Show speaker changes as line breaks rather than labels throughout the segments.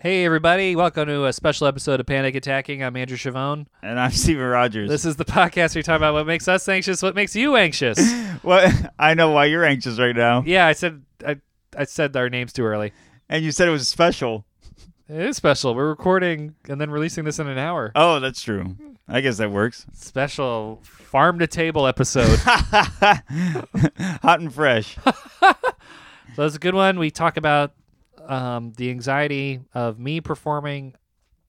Hey, everybody. Welcome to a special episode of Panic Attacking. I'm Andrew Chavone.
And I'm Steven Rogers.
This is the podcast where we talk about what makes us anxious, what makes you anxious.
Well, I know why you're anxious right now.
yeah, I said I, I said our names too early.
And you said it was special.
It is special. We're recording and then releasing this in an hour.
Oh, that's true. I guess that works.
Special farm to table episode.
Hot and fresh.
So that's a good one. We talk about um, the anxiety of me performing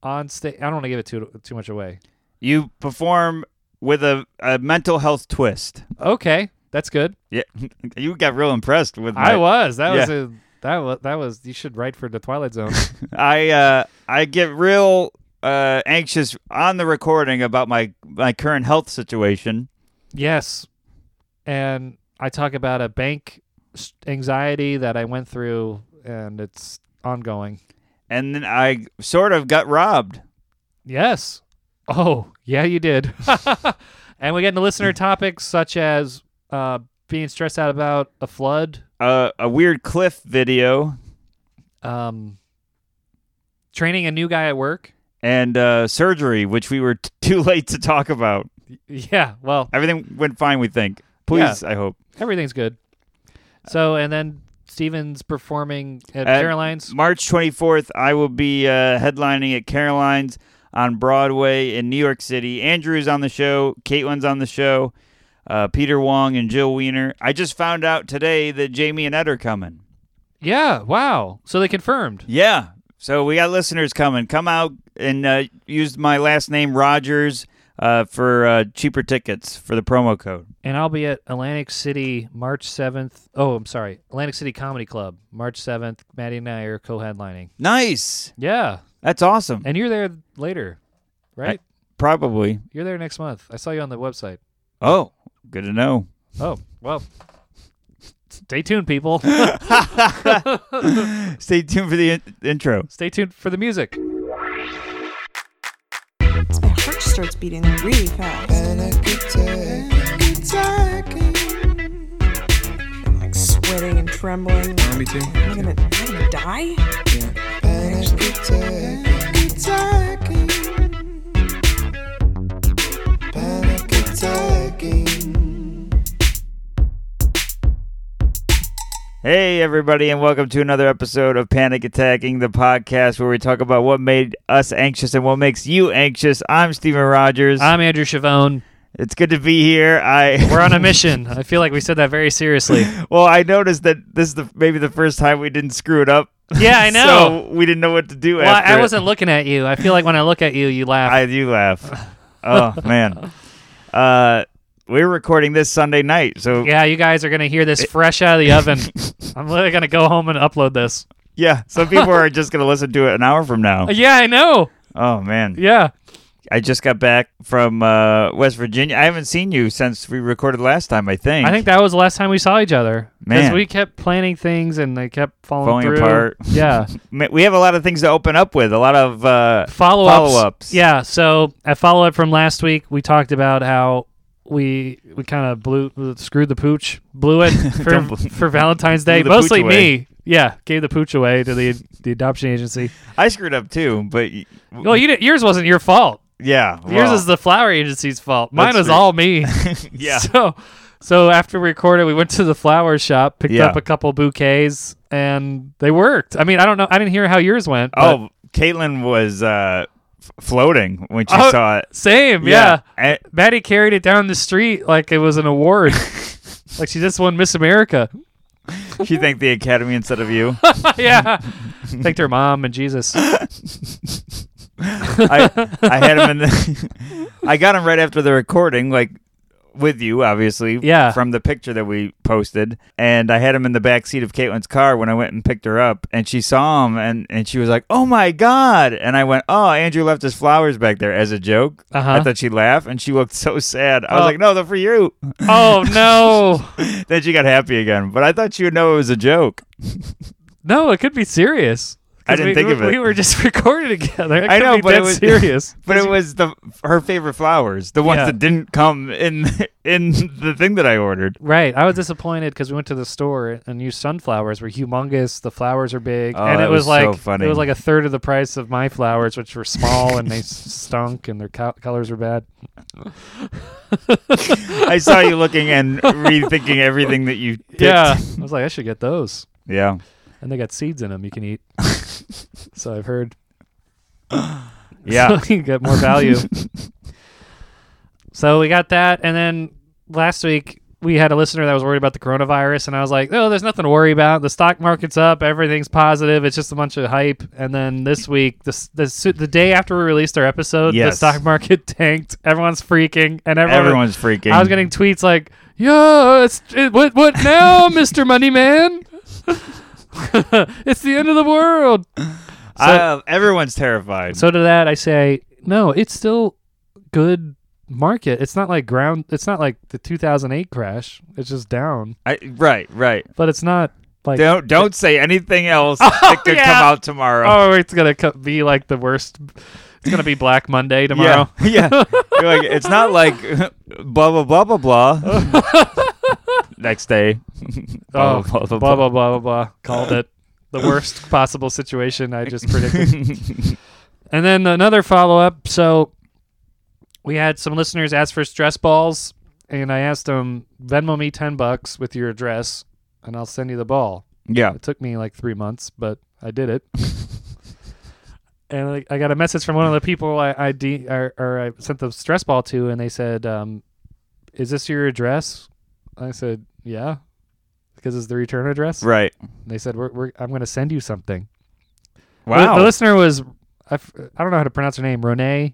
on stage. I don't want to give it too too much away.
You perform with a, a mental health twist.
Okay, that's good.
Yeah, you got real impressed with my,
I was. That was
Yeah.
a that was that was. You should write for the Twilight Zone.
I uh, I get real uh, anxious on the recording about my my current health situation.
yes, and I talk about a bank s- anxiety that I went through, and it's ongoing.
And then I sort of got robbed.
Yes. Oh, yeah, you did. and we get into listener topics such as uh, being stressed out about a flood.
Uh, a weird cliff video
um, training a new guy at work.
and uh, surgery, which we were t- too late to talk about.
Y- Yeah, well,
Everything went fine, we think. Please, I hope.
everything's good. So, and then Steven's performing at
Uh,
Caroline's.
March 24th, I will be uh, headlining at Caroline's on Broadway in New York City. Andrew's on the show, Caitlin's on the show, uh, Peter Wong and Jill Wiener. I just found out today that Jamie and Ed are coming.
Yeah, wow. So they confirmed.
Yeah. So we got listeners coming. Come out and uh, use my last name, Rogers, uh, for uh, cheaper tickets for the promo code.
And I'll be at Atlantic City March 7th. Oh, I'm sorry. Atlantic City Comedy Club March 7th. Maddie and I are co headlining.
Nice.
Yeah.
That's awesome.
And you're there later, right?
Probably.
You're there next month. I saw you on the website.
Oh, good to know.
Oh, well. Stay tuned, people.
Stay tuned for the in- intro.
Stay tuned for the music.
My heart starts beating really fast. I'm like sweating and trembling.
Me too.
Am I gonna, am I gonna die?
Hey, everybody, and welcome to another episode of Panic Attacking, the podcast where we talk about what made us anxious and what makes you anxious. I'm Steven Rogers.
I'm Andrew Chavone.
it's good to be here. I
We're on a mission. I feel like we said that very seriously.
well, I noticed that this is the, maybe the first time we didn't screw it up.
Yeah, I know.
so we didn't know what to do.
well,
after
I
it.
wasn't looking at you. I feel like when I look at you, you laugh.
I do laugh. oh man, uh, we're recording this Sunday night, so
yeah, you guys are gonna hear this fresh out of the oven. I'm literally gonna go home and upload this.
yeah, some people are just gonna listen to it an hour from now.
Yeah, I know.
Oh man.
Yeah,
I just got back from uh, West Virginia. I haven't seen you since we recorded last time. I think.
I think that was the last time we saw each other because
Man.
we kept planning things and they kept falling,
Falling
through.
apart.
Yeah,
Ma- we have a lot of things to open up with. A lot of uh,
follow ups.
Follow-ups.
Yeah. So a follow up from last week, we talked about how we we kind of blew screwed the pooch, blew it for
Don't bl-
for Valentine's Day.
Blew the pooch
Mostly
away.
me. Yeah, gave the pooch away to the the adoption agency.
I screwed up too, but y- w-
Well, you didn't, yours wasn't your fault.
yeah,
yours
well,
is the flower agency's fault. Mine
That's
was
true.
all me.
yeah.
So, so after we recorded, we went to the flower shop, picked
Yeah.
up a couple bouquets, and they worked. I mean, I don't know. I didn't hear how yours went. but-
Oh, Caitlin was uh, f- floating when she
Oh,
saw it.
same. yeah.
I-
Maddie carried it down the street like it was an award. like she just won Miss America.
she thanked the Academy instead of you.
yeah. Thanked her mom and Jesus.
I, I had him in the. I got him right after the recording, like with you, obviously.
Yeah.
From the picture that we posted, and I had him in the back seat of Caitlin's car when I went and picked her up, and she saw him, and and she was like, "Oh my god!" And I went, "Oh, Andrew left his flowers back there as a joke."
Uh-huh.
I thought she'd laugh, and she looked so sad. I was
Oh.
like, "No, they're for you."
Oh no.
then she got happy again, but I thought she would know it was a joke.
No, it could be serious.
I didn't
we,
think
we,
of it.
We were just recording together. That
I
could
know,
be
but it
dead
was-
serious.
But it was the her favorite flowers, the ones
Yeah.
that didn't come in in the thing that I ordered.
Right. I was disappointed because we went to the store and new sunflowers were humongous. The flowers are big,
Oh,
and
that
it was,
was so
like
funny.
it was like a third of the price of my flowers, which were small and they s- stunk and their co- colors were bad.
I saw you looking and rethinking everything that you picked.
Yeah, I was like, I should get those,
Yeah.
and they got seeds in them you can eat. so I've heard.
Yeah.
so you get more value. so we got that, and then last week we had a listener that was worried about the coronavirus, and I was like, "Oh, there's nothing to worry about. The stock market's up, everything's positive. It's just a bunch of hype." And then this week, this the su- the day after we released our episode,
Yes.
the stock market tanked. Everyone's freaking, and everyone.
Everyone's freaking.
I was getting tweets like, "Yo, it's it, what what now, Mister Money Man? it's the end of the world."
Uh, everyone's terrified.
So to that, I say, no, it's still good market. It's not like ground. It's not like the 2008 crash. It's just down,
I, right, right.
but it's not like.
Don't don't say anything else that could come
Oh, yeah.
out tomorrow.
Oh, it's gonna co- be like the worst. It's gonna be Black Monday tomorrow.
Yeah, yeah. You're like, it's not like blah blah blah blah blah. Next day,
oh, blah blah blah blah blah, blah, Called it the worst possible situation I just predicted. and then another follow up. So we had some listeners ask for stress balls, and I asked them Venmo me ten bucks with your address, and I'll send you the ball.
Yeah,
It took me like three months, but I did it. and I, I got a message from one of the people I I, de- or, or I sent the stress ball to, and they said, um, "Is this your address?" I said, "Yeah," because it's the return address.
right.
And they said, we're, we're, "I'm going to send you something." The-
Wow.
The, listener was I, f- I don't know how to pronounce her name, Renee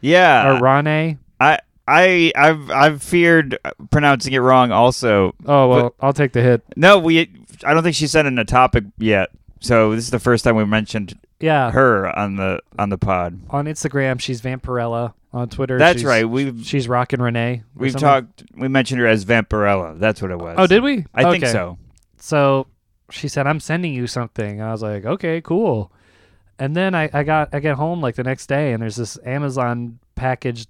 yeah,
or Rane.
I I I've I've feared pronouncing it wrong. Also,
Oh well, I'll take the hit.
no, we. I don't think she sent in a topic yet. So this is the first time we mentioned
Yeah,
her on the on the pod.
on Instagram she's Vampirella. On Twitter,
That's
she's-
right. We've
She's rocking Renee. or
we've
something.
talked. We mentioned her as Vampirella. That's what it was.
Oh, did we?
I think
Okay.
so.
so she said i'm sending you something and i was like okay cool and then i, I got i get home like the next day and there's this amazon package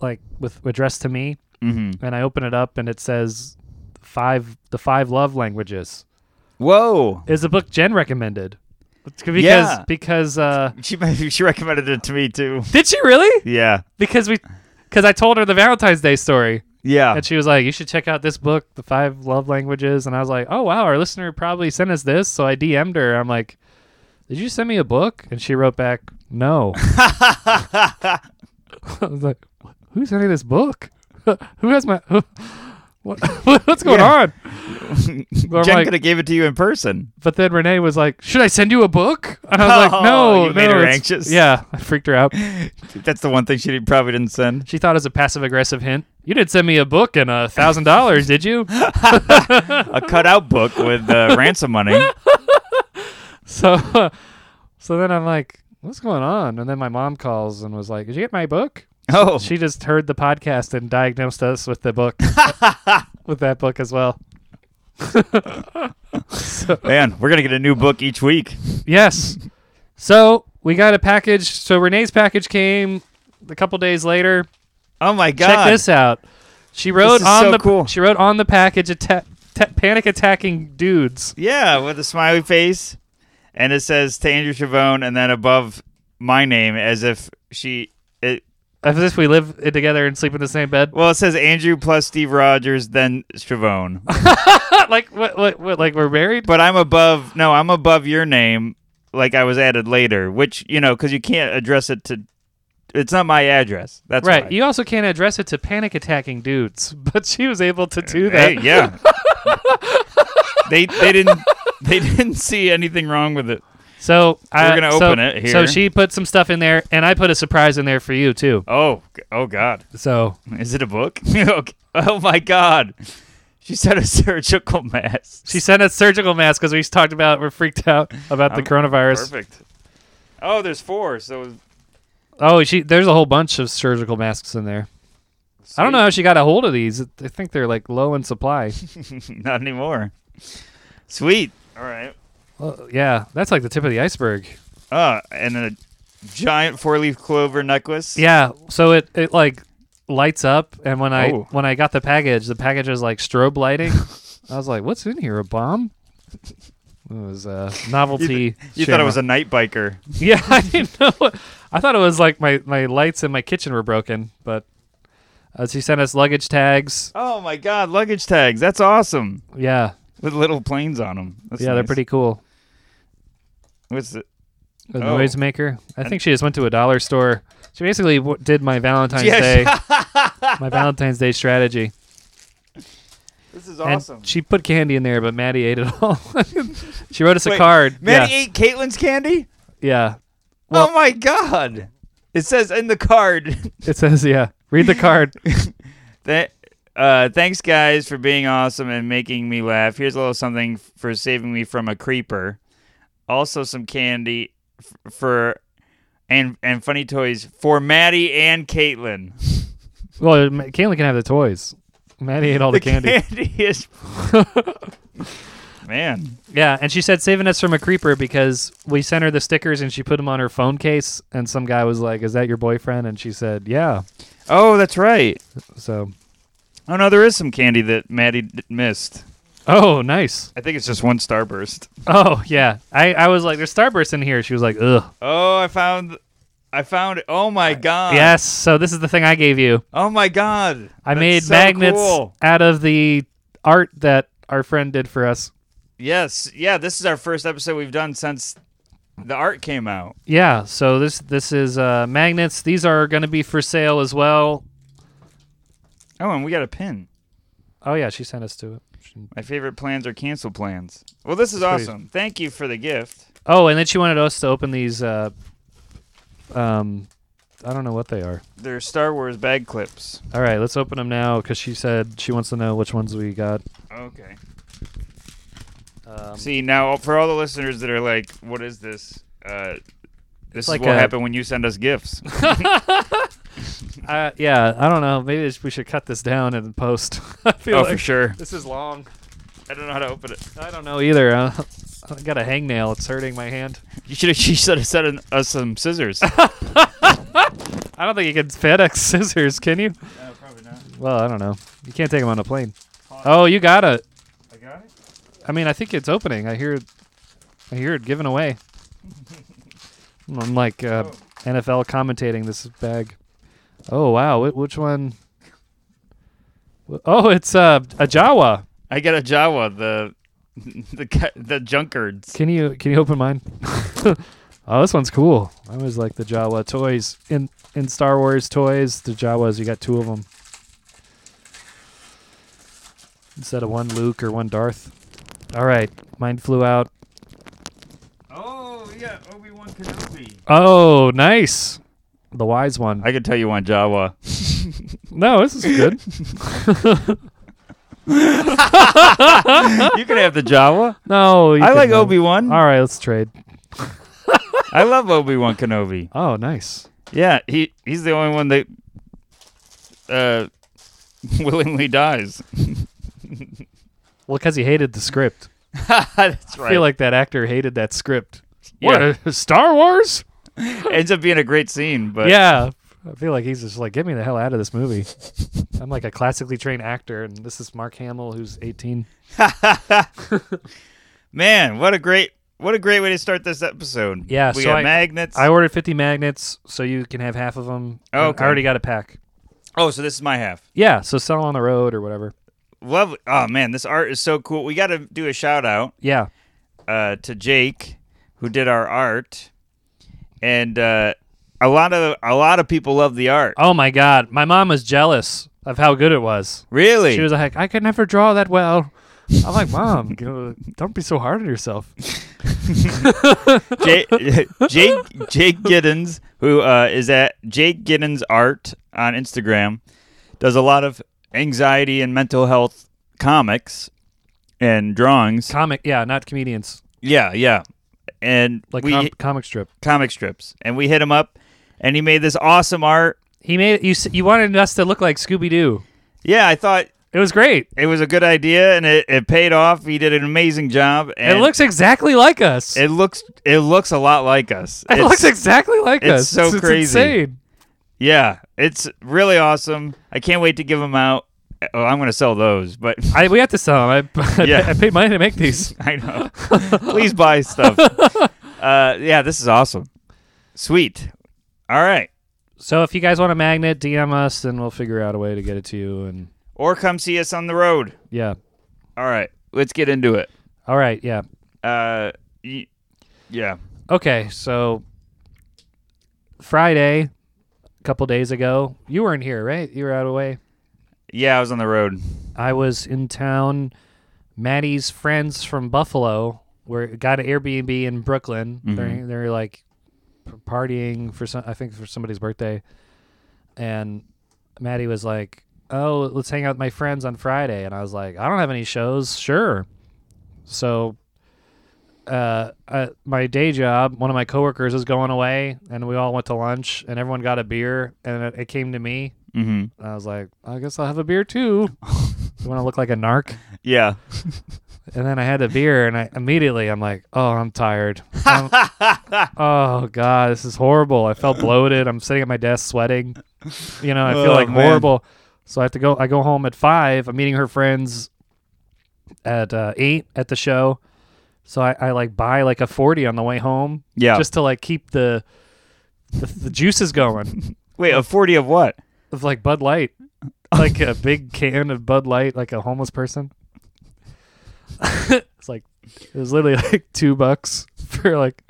like with addressed to me
hmm
and i open it up and it says five the five love languages
Whoa.
is a book jen recommended It's because
Yeah.
because uh
She she recommended it to me too.
did she really
Yeah.
because we because i told her the valentine's day story
Yeah.
and she was like you should check out this book the five love languages and i was like oh wow our listener probably sent us this so i dm'd her i'm like did you send me a book and she wrote back no i was like who's sending this book who has my who, what, what's going
Yeah.
on Or
Jen
like-
could have gave it to you in person.
but then renee was like should i send you a book and i was
Oh,
like no
you made
no,
her
it's-
anxious.
yeah i freaked her out
That's the one thing she did- probably didn't send.
she thought it was a passive aggressive hint you didn't send me a book and a thousand dollars did you
A cutout book with uh, ransom money.
So, so then I'm like, what's going on? And then my mom calls and was like, did you get my book?
Oh,
She just heard the podcast and diagnosed us with the book, with that book as well.
man, we're gonna get a new book each week.
Yes. So we got a package. So Renee's package came a couple days later.
Oh my god!
Check this out. She wrote
is
on
so
the
cool.
she wrote on the package atta- ta- panic attacking dudes.
Yeah, with a smiley face, and it says to Andrew Chavone, and then above my name, as if she. It,
As if we live i- together and sleep in the same bed.
well, it says Andrew plus Steve Rogers, then Chavone.
like what, what, what? Like we're married?
but I'm above. No, I'm above your name. Like I was added later, which you know, because you can't address it to. It's not my address. That's
Right.
why.
You also can't address it to panic attacking dudes, but she was able to do that.
Hey, yeah. they they didn't they didn't see anything wrong with it.
So I,
We're gonna
so-
open it here.
So she put some stuff in there, and I put a surprise in there for you too.
Oh g- oh God,
So
is it a book? Okay. oh my God, she said a surgical mask.
she sent us surgical masks because we talked about we're freaked out about the
I'm-
coronavirus.
perfect. Oh, there's four. So
Oh, she there's a whole bunch of surgical masks in there. I don't know how she got a hold of these. I think they're like low in supply.
not anymore. Sweet. All right.
Well, yeah, that's like the tip of the iceberg.
Uh, and a giant four leaf clover necklace.
Yeah, so it it like lights up, and when I
Oh.
when I got the package, the package was like strobe lighting. I was like, "What's in here? A bomb?" It was a novelty.
You thought it was a night biker.
yeah. I didn't know. What, I thought it was like my my lights in my kitchen were broken, but uh, she sent us luggage tags.
Oh my god, luggage tags. That's awesome.
Yeah,
With little planes on them.
yeah, they're pretty cool.
What's it?
A
Oh.
noisemaker. I think she just went to a dollar store. She basically w- did my Valentine's
Yeah,
Day, my Valentine's Day strategy.
This is
And
awesome.
she put candy in there, but Maddie ate it all. she wrote us a
Wait,
card.
Maddie
yeah.
ate Caitlin's candy?
yeah. Well-
oh my god. It says in the card
It says, yeah. Read the card.
that uh, thanks guys for being awesome and making me laugh. Here's a little something f- for saving me from a creeper. Also some candy f- for and and funny toys for Maddie and Caitlin.
well, Ma- Caitlin can have the toys. Maddie ate all the, candy.
candy is Man.
yeah, and she said saving us from a creeper because we sent her the stickers and she put them on her phone case. And some guy was like, "Is that your boyfriend?" And she said, "Yeah."
Oh, that's right.
So,
Oh no, there is some candy that Maddie d- missed.
oh, nice.
I think it's just one starburst.
Oh yeah, I I was like, "There's Starburst in here." She was like, "Ugh."
Oh, I found, I found it. Oh my god.
yes. So this is the thing I gave you.
Oh my god.
I
That's
made
so
magnets
cool.
out of the art that our friend did for us.
Yes. Yeah. This is our first episode we've done since the art came out.
Yeah, so this this is uh, magnets. These are going to be for sale as well.
Oh, and we got a pin.
Oh yeah, she sent us to it. She-
My favorite plans are cancel plans. Well, this is
That's
awesome. Thank you for the gift.
Oh, and then she wanted us to open these. Uh, um, I don't know what they are.
They're Star Wars bag clips.
All right, let's open them now because she said she wants to know which ones we got.
Okay.
Um,
See now, for all the listeners that are like, "What is this?" Uh, this
like
is what
a-
happened when you send us gifts.
uh, yeah, I don't know. Maybe we should cut this down and post. I feel
oh,
like
for sure.
This is long.
I don't know how to open it.
I don't know either. Uh, I got a hangnail. It's hurting my hand.
You should have. You should have sent us some scissors.
I don't think you can FedEx scissors, can you?
probably not.
Well, I don't know. You can't take them on a plane. Oh, you got it.
I got it.
I mean, I think it's opening. I hear, I hear it giving away. I'm like uh, NFL commentating this bag. Oh wow, Wh- which one? Wh- Oh, it's uh, a Jawa.
I got a Jawa. The the ca- the junkards.
Can you can you open mine? oh, this one's cool. I always like the Jawa toys in in Star Wars toys. The Jawas, you got two of them instead of one Luke or one Darth. All right, mine flew out.
Oh yeah, Obi Wan Kenobi.
Oh, nice. The wise one.
I could tell you want Jawa.
no, this is good.
you can have the Jawa.
no, you
I
can
like
have-
Obi Wan.
All right, let's trade.
I love Obi Wan Kenobi.
Oh, nice.
Yeah, he he's the only one that uh willingly dies.
Well, because he hated the script.
That's right.
I feel like that actor hated that script.
Yeah.
What? Star Wars?
ends up being a great scene, but
yeah. I feel like he's just like, get me the hell out of this movie. I'm like a classically trained actor, and this is Mark Hamill, who's 18.
man, what a great what a great way to start this episode.
Yeah,
we
so
got
I-
magnets.
I ordered 50 magnets, so you can have half of them. And
Okay.
I already got a pack.
oh, so this is my half.
Yeah, so sell on the road or whatever.
Lovely. Oh man, this art is so cool. We got to do a shout out
Yeah.
uh, to Jake, who did our art, and uh, a lot of a lot of people love the art.
Oh my God. My mom was jealous of how good it was.
really?
She was like, I could never draw that well. I'm like, Mom, you know, don't be so hard on yourself.
Jake, Jake Jake Giddens, who uh, is at Jake Giddens Art on Instagram, does a lot of anxiety and mental health comics and drawings.
Comic, yeah, not comedians.
Yeah, yeah, and
Like
we
com- comic strip.
comic strips, and we hit him up, and he made this awesome art.
He made you. s- You wanted us to look like Scooby Doo.
Yeah, I thought
It was great.
It was a good idea and it, it paid off. He did an amazing job. And
it looks exactly like us. It,
It looks. It looks a lot like us. It's-
looks exactly like
it's
us.
so crazy.
insane.
Yeah, it's really awesome. I can't wait to give them out. Oh, I'm gonna sell those, but
I, we have to sell them. I,
Yeah.
I paid money to make these.
I know. Please buy stuff. Uh, yeah, this is awesome. Sweet. All right.
So if you guys want a magnet, DM us and we'll figure out a way to get it to you. And
Or come see us on the road.
yeah.
All right. Let's get into it.
All right. Yeah.
Uh, y- yeah.
Okay. So Friday, a couple days ago, you weren't here, right? You were out of way.
Yeah, I was on the road.
I was in town. Maddie's friends from Buffalo were got an Airbnb in Brooklyn. They're they're like p- partying for some I think for somebody's birthday, and Maddie was like, "Oh, let's hang out with my friends on Friday," and I was like, "I don't have any shows, sure." So, uh, uh my day job, one of my coworkers is going away, and we all went to lunch, and everyone got a beer, and it, it came to me.
Mm-hmm.
And I was like, I guess I'll have a beer too. you want to look like a narc?
Yeah.
And then I had a beer, and I immediately I'm like, oh, I'm tired. I'm- oh god, this is horrible. I felt bloated. I'm sitting at my desk sweating. You know, I feel
Oh,
like
man.
horrible. So I have to go. I go home at five. I'm meeting her friends at uh, eight at the show. So I, I like buy like a forty on the way home,
Yeah.
just to like keep the the, the juices going.
Wait, a forty of what?
of like Bud Light, like a big can of Bud Light, like a homeless person. it's like it was literally like two bucks for like.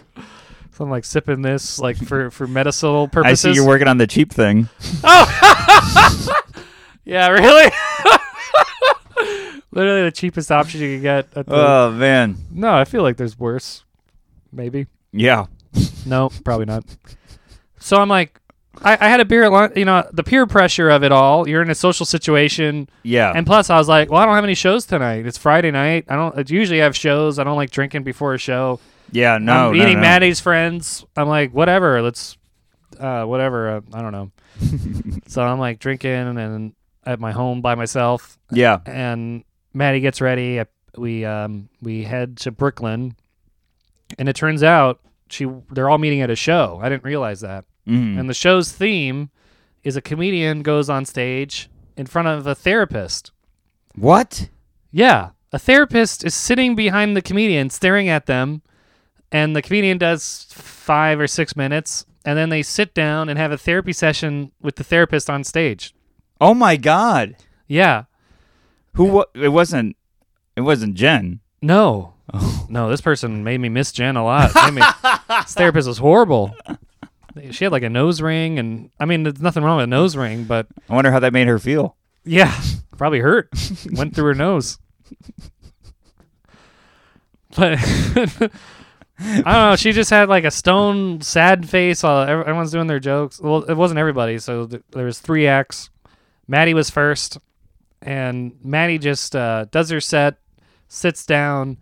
So I'm like sipping this like for for medicinal
I
purposes.
see you're working on the cheap thing.
yeah, really. literally the cheapest option you could get. At the,
Oh man.
no, I feel like there's worse. Maybe.
Yeah.
No, probably not. So I'm like, I, I had a beer at lunch. You know, the peer pressure of it all. You're in a social situation.
Yeah.
And plus, I was like, well, I don't have any shows tonight. It's Friday night. I don't I usually have shows. I don't like drinking before a show.
yeah. No.
I'm
no,
meeting
no.
Maddie's friends. I'm like, whatever. Let's, uh, whatever. Uh, I don't know. so I'm like drinking and at my home by myself.
Yeah.
And Maddie gets ready. I- We um we head to Brooklyn, and it turns out she they're all meeting at a show. I didn't realize that.
Mhm.
And the show's theme is a comedian goes on stage in front of a therapist.
What?
Yeah. A therapist is sitting behind the comedian, staring at them, and the comedian does five or six minutes, and then they sit down and have a therapy session with the therapist on stage.
Oh my God.
Yeah.
Who? Wa- it wasn't. It wasn't Jen.
No. No, this person made me miss Jen a lot. I mean, this therapist was horrible. She had like a nose ring, and I mean, there's nothing wrong with a nose ring, but
I wonder how that made her feel.
Yeah, probably hurt. Went through her nose. But I don't know. She just had like a stone, sad face. While ev- everyone's doing their jokes. Well, it wasn't everybody. So th- there was three acts. Maddie was first, and Maddie just uh, does her set, sits down,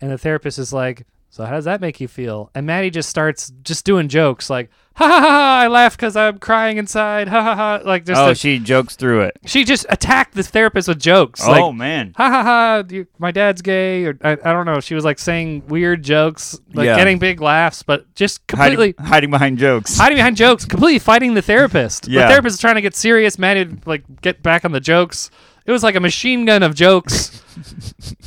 and the therapist is like, "So how does that make you feel?" And Maddie just starts just doing jokes like, "Ha ha ha! ha, I laugh because I'm crying inside. Ha ha ha!" Like just
Oh,
the-
she jokes through it.
she just attacked the therapist with jokes. like,
oh man.
ha ha ha, you, my dad's gay. Or I, I don't know. She was like saying weird jokes, like
Yeah.
getting big laughs, but just completely
Hiding, hiding behind jokes.
hiding behind jokes, completely fighting the therapist.
Yeah.
The therapist is trying to get serious, Maddie would, like get back on the jokes. It was like a machine gun of jokes.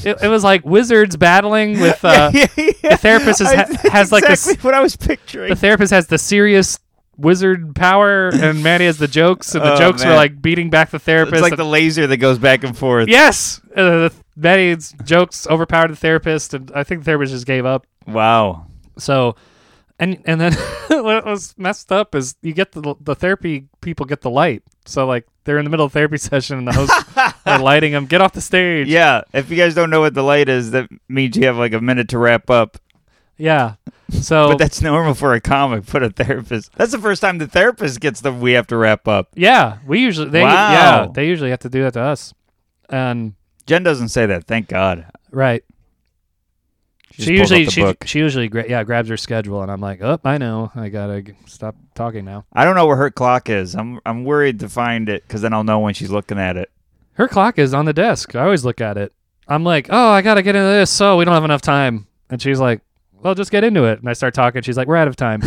it, it was like wizards battling with uh, the therapist is, ha- has like this.
exactly what I was
The
picturing.
therapist has the serious wizard power, and Maddie has the jokes, and the
Oh,
jokes were
man.
like beating back the therapist.
It's like
and-
the laser that goes back and forth.
Yes, uh, Maddie's jokes overpowered the therapist, and I think the therapist just gave up.
Wow.
So, and and then what was messed up is you get the the therapy people get the light, so like they're in the middle of therapy session and the host are lighting them. Get off the stage.
Yeah. If you guys don't know what the light is, that means you have like a minute to wrap up.
yeah. So
But that's normal for a comic, but a therapist. That's the first time the therapist gets the we have to wrap up.
yeah, we usually they
Wow.
yeah they usually have to do that to us, and
Jen doesn't say that, thank God.
right.
She,
she
just pulls
usually
up the
she,
book.
she usually gra- yeah grabs her schedule and I'm like oh I know I gotta g- stop talking now
I don't know where her clock is. I'm I'm worried to find it because then I'll know when she's looking at it.
Her clock is on the desk. I always look at it. I'm like, oh, I gotta get into this. So we don't have enough time. And she's like, well, just get into it. And I start talking. She's like, we're out of time.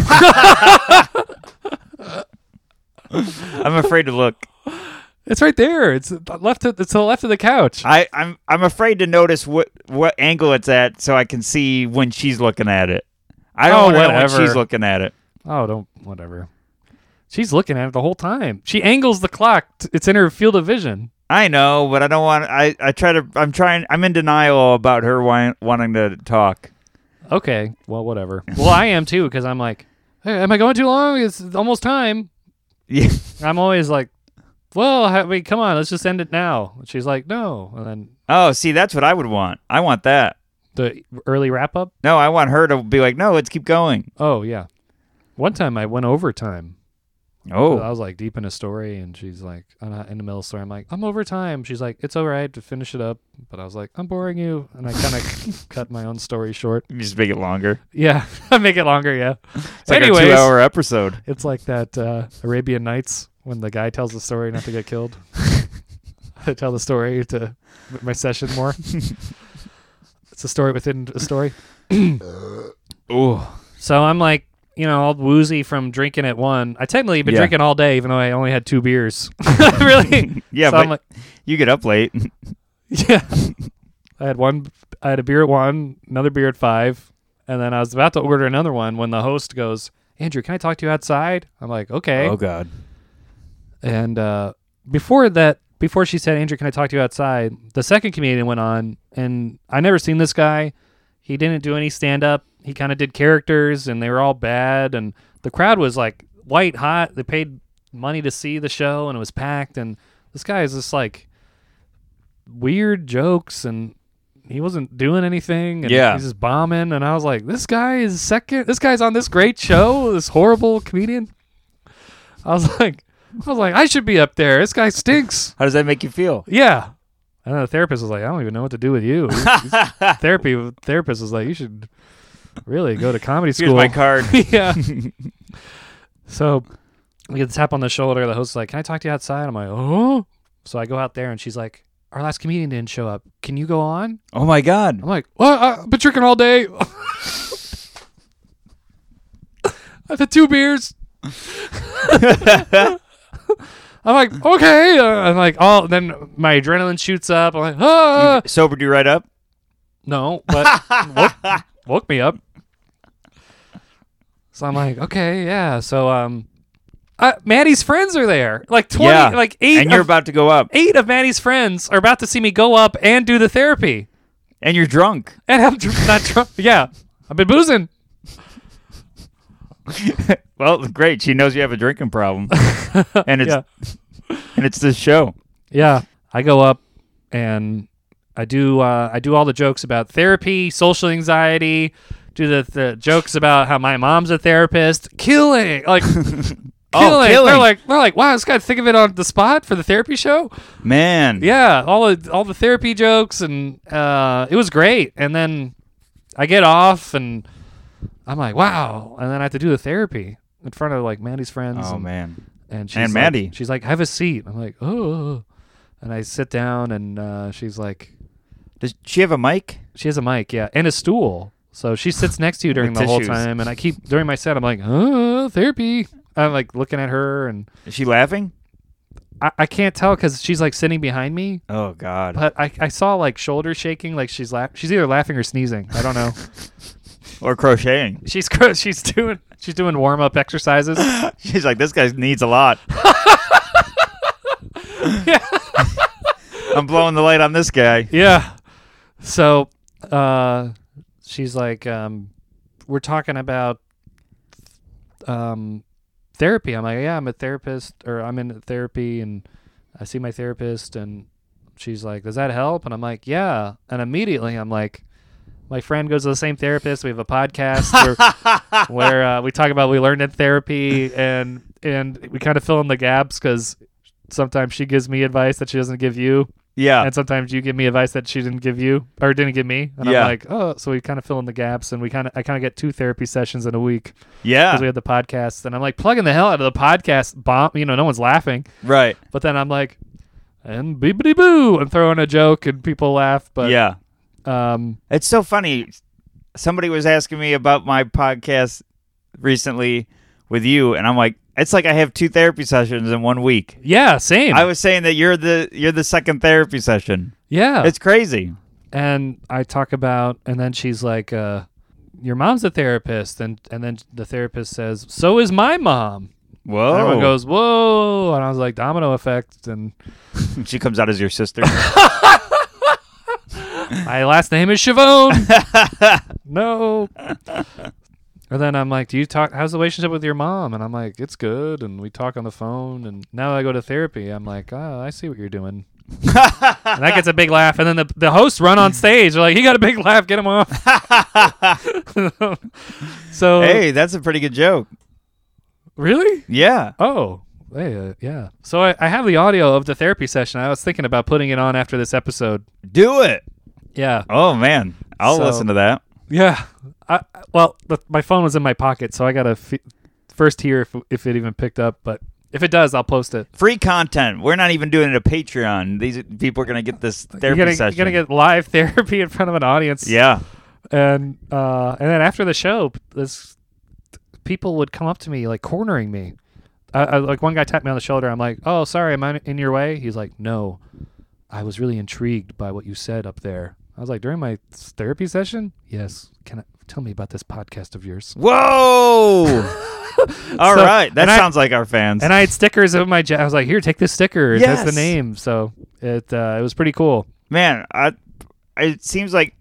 I'm afraid to look.
it's right there. It's left. Of, it's to the left of the couch.
I, I'm I'm afraid to notice what what angle it's at, so I can see when she's looking at it. I
Oh,
don't know when
whatever.
she's looking at it.
Oh, don't. Whatever. She's looking at it the whole time. She angles the clock. t- It's in her field of vision.
I know, but I don't want. I I try to. I'm trying. I'm in denial about her wi- wanting to talk.
Okay. Well, whatever. Well, I am too because I'm like, hey, am I going too long? It's almost time.
Yeah.
I'm always like, well, I mean, come on, let's just end it now. And she's like, no. And then
Oh, see, that's what I would want. I want that.
the early wrap up.
No, I want her to be like, no, let's keep going.
Oh yeah. One time I went overtime.
Oh,
I was like deep in a story, and she's like, I'm not in the middle of the story. I'm like, I'm over time. She's like, it's all right to finish it up. But I was like, I'm boring you, and I kind of cut my own story short.
just make it longer.
Yeah, make it longer. Yeah.
It's like
Anyways,
a two-hour episode.
it's like that uh, Arabian Nights when the guy tells the story not to get killed. I tell the story to my session more. it's a story within a story.
Ooh,
So I'm like, you know, all woozy from drinking at one. I technically been
Yeah.
drinking all day, even though I only had two beers. really?
yeah,
So
but
I'm like,
you get up late.
yeah. I had one. I had a beer at one, another beer at five, and then I was about to order another one when the host goes, "Andrew, can I talk to you outside?" I'm like, "Okay."
Oh, God.
And uh, before that, before she said, "Andrew, can I talk to you outside?" The second comedian went on, and I never seen this guy. He didn't do any stand up. He kind of did characters, and they were all bad. And the crowd was like white hot. They paid money to see the show, and it was packed. And this guy is just like weird jokes, and he wasn't doing anything. And
Yeah.
he's just bombing. And I was like, this guy is second. This guy's on this great show. this horrible comedian. I was like, I was like, I should be up there. This guy stinks.
How does that make you feel?
Yeah. And then the therapist was like, I don't even know what to do with you. Therapy therapist was like, you should really go to comedy
Here's
school.
my card.
yeah. so we get the tap on the shoulder. The host's like, Can I talk to you outside? I'm like, Oh. So I go out there and she's like, Our last comedian didn't show up. Can you go on?
oh my God.
I'm like, What? I've been drinking all day. I've had two beers. I'm like, Okay. Uh, I'm like, Oh, then my adrenaline shoots up. I'm like, Ah.
Sobered you right up.
No, but woke, woke me up. So I'm like, okay, yeah. So um, uh, Maddie's friends are there. Like twenty,
Yeah.
like eight,
And you're
of,
about to go up.
eight of Maddie's friends are about to see me go up and do the therapy,
And you're drunk.
and I'm dr- not drunk. Yeah, I've been boozing.
Well, great. She knows you have a drinking problem. and it's
Yeah.
and it's this show.
Yeah, I go up and I do uh, I do all the jokes about therapy, social anxiety, do the, the jokes about how my mom's a therapist, killing like killing. They're
Oh, killing.
like they're like wow, this guy think of it on the spot for the therapy show.
Man.
Yeah, all the, all the therapy jokes and uh, it was great. And then I get off and I'm like wow, and then I have to do the therapy in front of like Mandy's friends.
Oh
and-
man.
and she's
And
like-
Maddie.
she's like, have a seat. I'm like, oh. And I sit down, and uh, she's like,
Does she have a mic?
she has a mic, yeah, and a stool. So she sits next to you during
With
the whole
tissues.
time, and I keep during my set, I'm like, oh, therapy. I'm like looking at her, and
Is she laughing?
I, I can't tell because she's like sitting behind me,
Oh God.
but I, I saw like shoulder shaking, like she's laugh. She's either laughing or sneezing. I don't know.
Or crocheting.
she's cr- she's doing she's doing warm up exercises.
She's like, this guy needs a lot. I'm blowing the light on this guy.
yeah. So uh, she's like, um, we're talking about um, therapy. I'm like, yeah, I'm a therapist, or I'm in therapy, and I see my therapist, and she's like, does that help? And I'm like, yeah. And immediately I'm like, my friend goes to the same therapist. We have a podcast where, where uh, we talk about what we learned in therapy, and and we kind of fill in the gaps because sometimes she gives me advice that she doesn't give you
Yeah.
and sometimes you give me advice that she didn't give you or didn't give me and
Yeah.
i'm like oh so we kind of fill in the gaps and we kind of i kind of get two therapy sessions in a week because we
Yeah.
have the podcast and i'm like plugging the hell out of the podcast bomb you know no one's laughing
Right.
but then i'm like and beepity boo and throw in a joke and people laugh. But
yeah.
um,
It's so funny. Somebody was asking me about my podcast recently with you, and I'm like, it's like I have two therapy sessions in one week.
yeah, same.
I was saying that you're the you're the second therapy session.
yeah,
It's crazy.
and I talk about, and then she's like, uh, "Your mom's a therapist," and and then the therapist says, "So is my mom." And
Whoa!
everyone goes, "Whoa!" And I was like, "Domino effect." And
she comes out as your sister.
my last name is Chavone. no. And then I'm like, "Do you talk? How's the relationship with your mom?" And I'm like, "It's good." And we talk on the phone. And now I go to therapy. I'm like, "Oh, I see what you're doing." and that gets a big laugh. And then the, the hosts run on stage. They're like, "He got a big laugh. Get him off." so
hey, that's a pretty good joke.
really,
Yeah.
Oh, hey, uh, yeah. So I, I have the audio of the therapy session. I was thinking about putting it on after this episode.
Do it.
Yeah.
Oh man, I'll
So-
listen to that.
Yeah. I, I- well, the, my phone was in my pocket, so I got to f- first hear if, if it even picked up. But if it does, I'll post it.
Free content. We're not even doing it a Patreon. These people are gonna get this therapy
you're
session.
going to get live therapy in front of an audience.
yeah.
And, uh, and then after the show, p- this people would come up to me, like cornering me. I, I, like one guy tapped me on the shoulder. I'm like, "Oh, sorry, am I in your way?" He's like, "No, I was really intrigued by what you said up there." I was like, "During my s- therapy session?" Yes. Can I tell me about this podcast of yours?
Whoa. All right.
So-
That
and I-
sounds like our fans.
And I had stickers of my. Ja- I was like, "Here, take this sticker. It has
Yes.
the name." So it uh, it was pretty cool.
Man, I, it seems like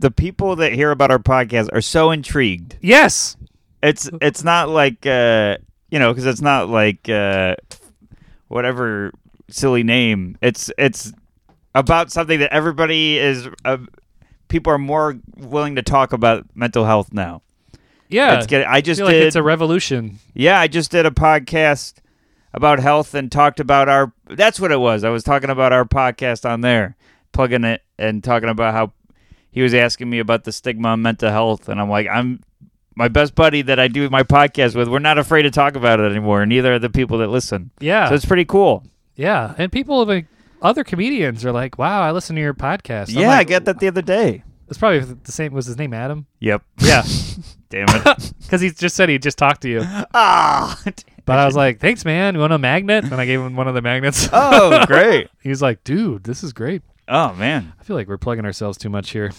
the people that hear about our podcast are so intrigued.
Yes.
It's it's not like uh, you know because it's not like uh, whatever silly name. It's it's about something that everybody is. Uh, people are more willing to talk about mental health now.
Yeah.
It's get, I
I
just
feel like
did.
it's a revolution.
Yeah, I just did a podcast about health and talked about our. That's what it was. I was talking about our podcast on there, plugging it and talking about how he was asking me about the stigma on mental health, and I'm like, I'm my best buddy that I do my podcast with. We're not afraid to talk about it anymore, and neither are the people that listen.
Yeah.
So it's pretty cool.
yeah. And people like other comedians are like, "Wow, I listen to your podcast." I'm
yeah, I
like,
got that the other day.
It's probably the same. Was his name Adam?
Yep. Yeah. Damn it.
Because he just said he just talked to you.
Ah.
But I was like, thanks, man. You want a magnet? And I gave him one of the magnets.
Oh, great.
he was like, dude, this is great.
Oh man.
I feel like we're plugging ourselves too much here.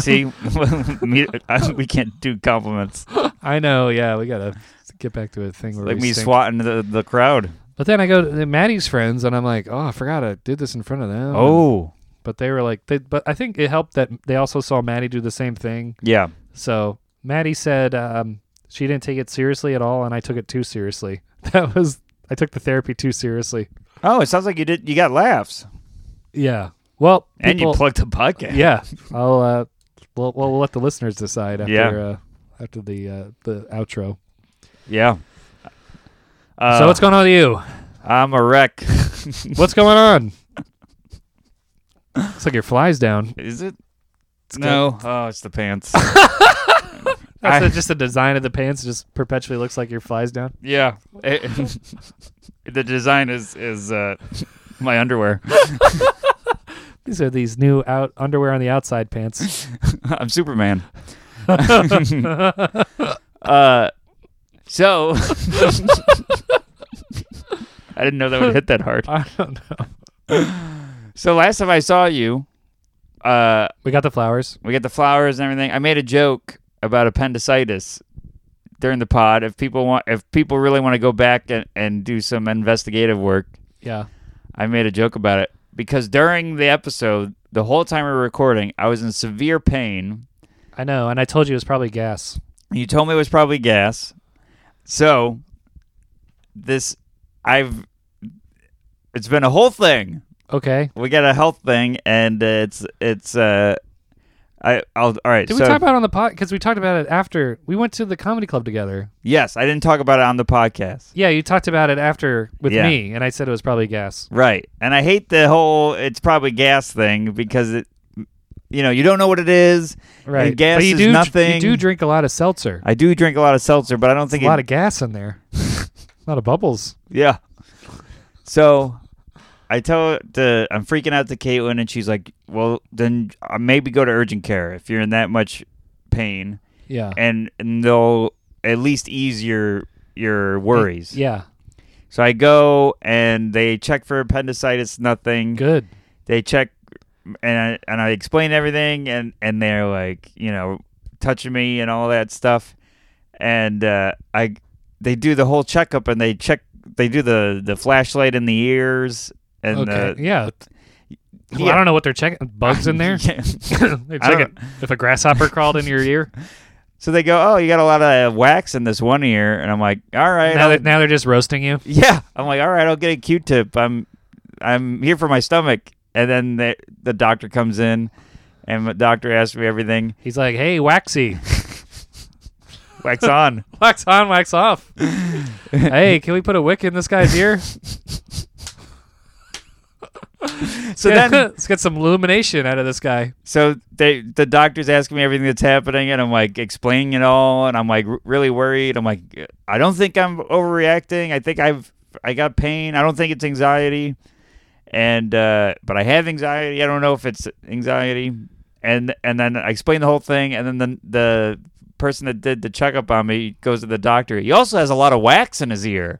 See, me- I- we can't do compliments.
I know. Yeah, we got to get back to a thing where
like
we
me
stink.
swatting the, the crowd.
But then I go to Maddie's friends and I'm like, oh, I forgot I did this in front of them.
Oh,
But they were like, they, but I think it helped that they also saw Maddie do the same thing.
yeah.
So Maddie said um, she didn't take it seriously at all, and I took it too seriously. That was, I took the therapy too seriously.
Oh, it sounds like you did. You got laughs,
Yeah. Well,
and you
people-
plugged the bucket.
yeah i'll uh we'll, we'll let the listeners decide after
Yeah.
uh after the uh the outro
yeah. Uh,
so what's going on with you
I'm a wreck.
what's going on it's like your flies down
Is it? no. Oh, it's the pants.
that's
I-
a- just the design of the pants just perpetually looks like your flies down
yeah. It- the design is is uh, my underwear.
these are these new out underwear on the outside pants
I'm Superman. uh, so I didn't know that would hit that hard.
i don't know
So last time I saw you, uh,
we got the flowers
we got the flowers and everything. I made a joke about appendicitis during the pod. If people want, if people really want to go back and, and do some investigative work,
yeah
I made a joke about it because during the episode, the whole time we were recording, I was in severe pain.
i know and i told you it was probably gas
You told me it was probably gas. So this, I've, it's been a whole thing.
okay
we got a health thing, and uh, it's it's uh, I I'll all right.
did
so
we talk about it on the pod because we talked about it after we went to the comedy club together
yes, I didn't talk about it on the podcast,
yeah you talked about it after with
Yeah.
me and i said it was probably gas
right? And I hate the whole it's probably gas thing because it, you know, you don't know what it is.
Right.
and gas
but you
is
do, dr-
nothing.
You do drink a lot of seltzer.
I do drink a lot of seltzer, but I don't think
a lot
it,
of gas in there. a lot of bubbles.
yeah. So I tell the I'm freaking out to Caitlin, and she's like, "Well, then uh, maybe go to urgent care if you're in that much pain,
Yeah.
and, and they'll at least ease your your worries."
Yeah.
So I go, and they check for appendicitis, nothing.
Good.
They check, and I, and I explain everything, and and they're like, you know, touching me and all that stuff, and uh, I they do the whole checkup, and they check, they do the the flashlight in the ears. And
okay.
the,
yeah. Well,
yeah.
I don't know what they're checking. Bugs in there?
Yeah.
they
I
check it.
don't-
If a grasshopper crawled in your ear,
So they go, "Oh, you got a lot of wax in this one ear," and I'm like, "All right,
now,
I'll-
they, now they're just roasting you.
yeah." I'm like, "All right, I'll get a Q-tip. I'm, I'm here for my stomach." And then the the doctor comes in, and the doctor asks me everything.
He's like, hey, waxy,
Wax on.
wax on, wax off. hey, can we put a wick in this guy's ear?
So then,
let's get some illumination out of this guy.
so they the doctor's asking me everything that's happening, and I'm like explaining it all, and I'm like r- really worried. I'm like, I don't think I'm overreacting. I think I've I got pain. I don't think it's anxiety, and uh, but I have anxiety. I don't know if it's anxiety, and and then I explain the whole thing, and then the the person that did the checkup on me goes to the doctor. He also has a lot of wax in his ear.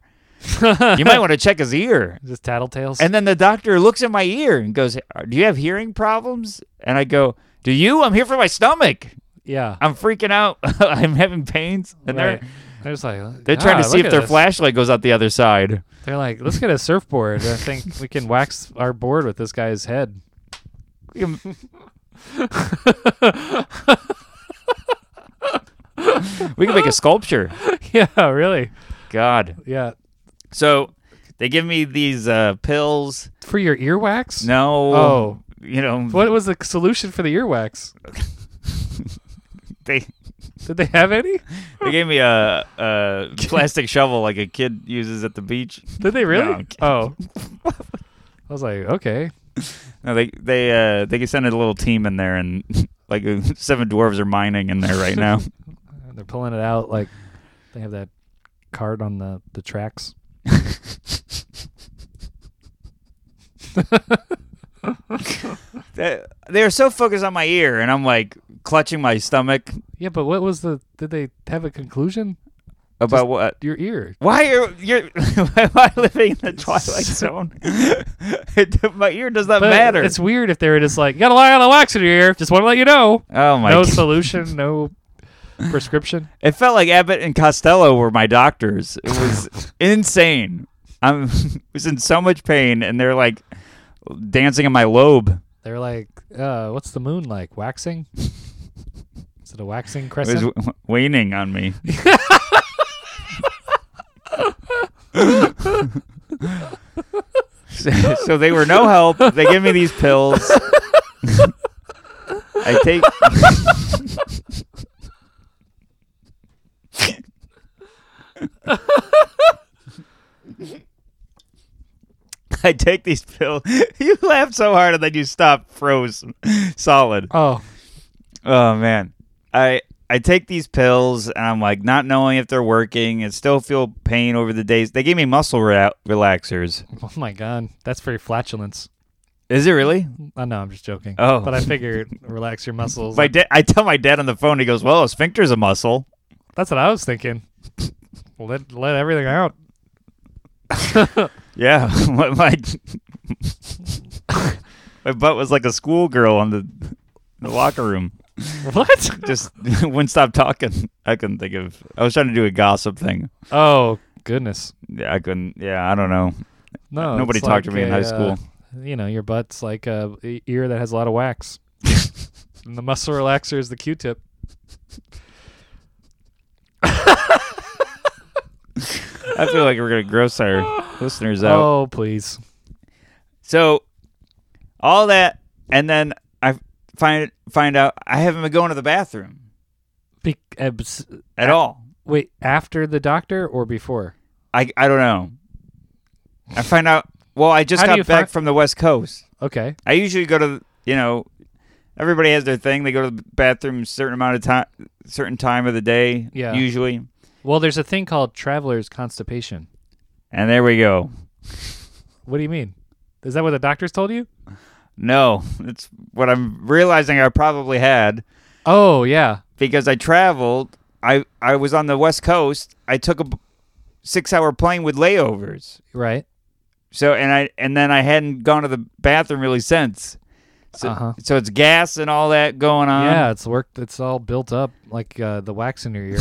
You might want to check his ear.
Just tattletales.
And then the doctor looks at my ear and goes, "Do you have hearing problems?" And I go, "Do you? I'm here for my stomach.
yeah.
I'm freaking out. I'm having pains." And
Right.
they're
They're just like
they're trying
"Ah,
to see
look
if
at
their
this."
flashlight goes out the other side.
They're like, let's get a surfboard. I think we can wax our board with this guy's head.
We can make a sculpture.
yeah, really.
God.
Yeah,
So they give me these uh, pills.
for your earwax.
No.
Oh.
You know
What was the solution for the earwax?
they
Did they have any?
they gave me a, a plastic shovel like a kid uses at the beach.
Did they
No,
really?
I'm kidding.
oh. I was like, okay.
No, they they uh they could send a little team in there and like seven dwarves are mining in there right now.
And they're pulling it out like they have that card on the the tracks.
they, they are so focused on my ear and I'm like clutching my stomach
Yeah, but what was the? Did they have a conclusion?
about what
Your ear.
why are you why am I living in the twilight zone? it, my ear does not
But
matter.
It's weird if they were just like, you got a lot of wax in your ear. Just want to let you know.
oh my
no
god.
solution, no prescription.
It felt like Abbott and Costello were my doctors. It was insane. I'm was in so much pain and they're like dancing in my lobe.
They're like, uh, what's the moon like? Waxing? Is it a waxing
It was
crescent?
w- waning on me. so, so they were no help. They give me these pills. I take. I take these pills. You laughed so hard and then you stopped, froze solid.
oh,
Oh man, I I take these pills and I'm like not knowing if they're working and still feel pain over the days. They gave me muscle re- relaxers.
oh my God. That's very flatulence.
Is it really?
I know, I'm just joking.
Oh.
But I figure relax your muscles.
My da- I tell my dad on the phone. He goes, "Well, a sphincter's a muscle."
That's what I was thinking. let, let everything out.
Yeah, my my, my butt was like a schoolgirl on the the locker room.
What?
Just wouldn't stop talking. I couldn't think of. I was trying to do a gossip thing.
Oh, goodness.
Yeah, I couldn't. Yeah, I don't know.
No.
Nobody
it's
talked to
like
me in
a,
high school.
uh, you know, your butt's like a e- ear that has a lot of wax. and the muscle relaxer is the Q tip.
I feel like we're gonna gross our listeners out.
Oh, please.
So all that, and then I find find out I haven't been going to the bathroom
Be- abs-
at all.
wait, after the doctor or before?
I I don't know. I find out. Well, I just
How do you
got back
find-
from the West Coast.
Okay.
I usually go to you know, everybody has their thing. They go to the bathroom a certain amount of time, certain time of the day.
Yeah.
usually.
Well, there's a thing called traveler's constipation.
And there we go.
What do you mean? Is that what the doctors told you?
No, it's what I'm realizing I probably had
Oh yeah.
because I traveled. I I was on the West Coast. I took a six hour plane with layovers.
Right.
So and I and then I hadn't gone to the bathroom really since. So,
Uh-huh.
so it's gas and all that going on.
yeah, it's worked. It's all built up like uh, the wax in your ear.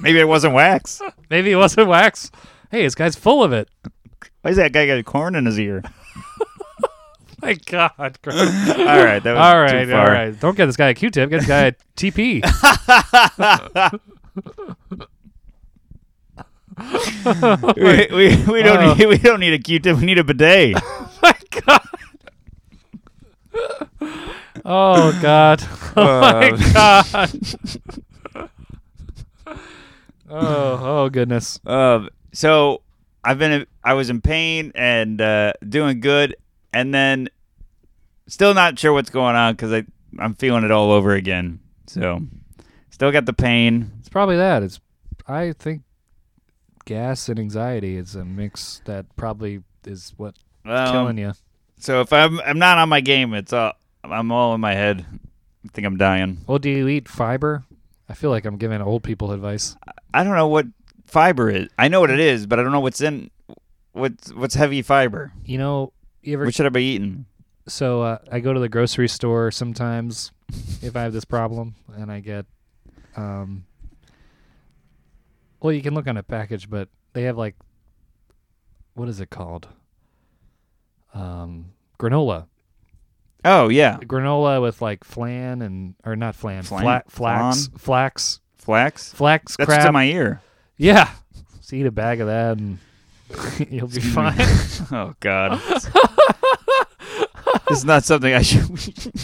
Maybe it wasn't wax.
Maybe it wasn't wax. Hey, this guy's full of it.
Why does that guy got corn in his ear?
My God. Christ.
all right, that was
all
too
right,
far.
all right. Don't get this guy a Q-tip. Get this guy a TP.
we, we, we don't
Oh.
need, we don't need a Q-tip. We need a bidet.
My God. Oh God. Oh my God. Oh, oh goodness.
Um, so I've been I was in pain and uh, doing good, and then still not sure what's going on because I I'm feeling it all over again. So still got the pain.
It's probably that. It's I think gas and anxiety is a mix that probably is what's
Um,
killing you.
So if I'm I'm not on my game, it's all I'm all in my head. I think I'm dying.
Well, do you eat fiber? I feel like I'm giving old people advice.
I don't know what fiber is. I know what it is, but I don't know what's in what's what's heavy fiber.
You know, you ever
What should I be eating?
so uh, I go to the grocery store sometimes if I have this problem, and I get, um, well, you can look on a package, but they have like, what is it called? Um, granola,
Oh yeah,
granola with like flan and or not flan,
Flan?
fla- flax, flax,
flax.
flax,
That's
crab.
to my ear.
yeah, just eat a bag of that and you'll be fine.
Oh God, this is not something I should. It's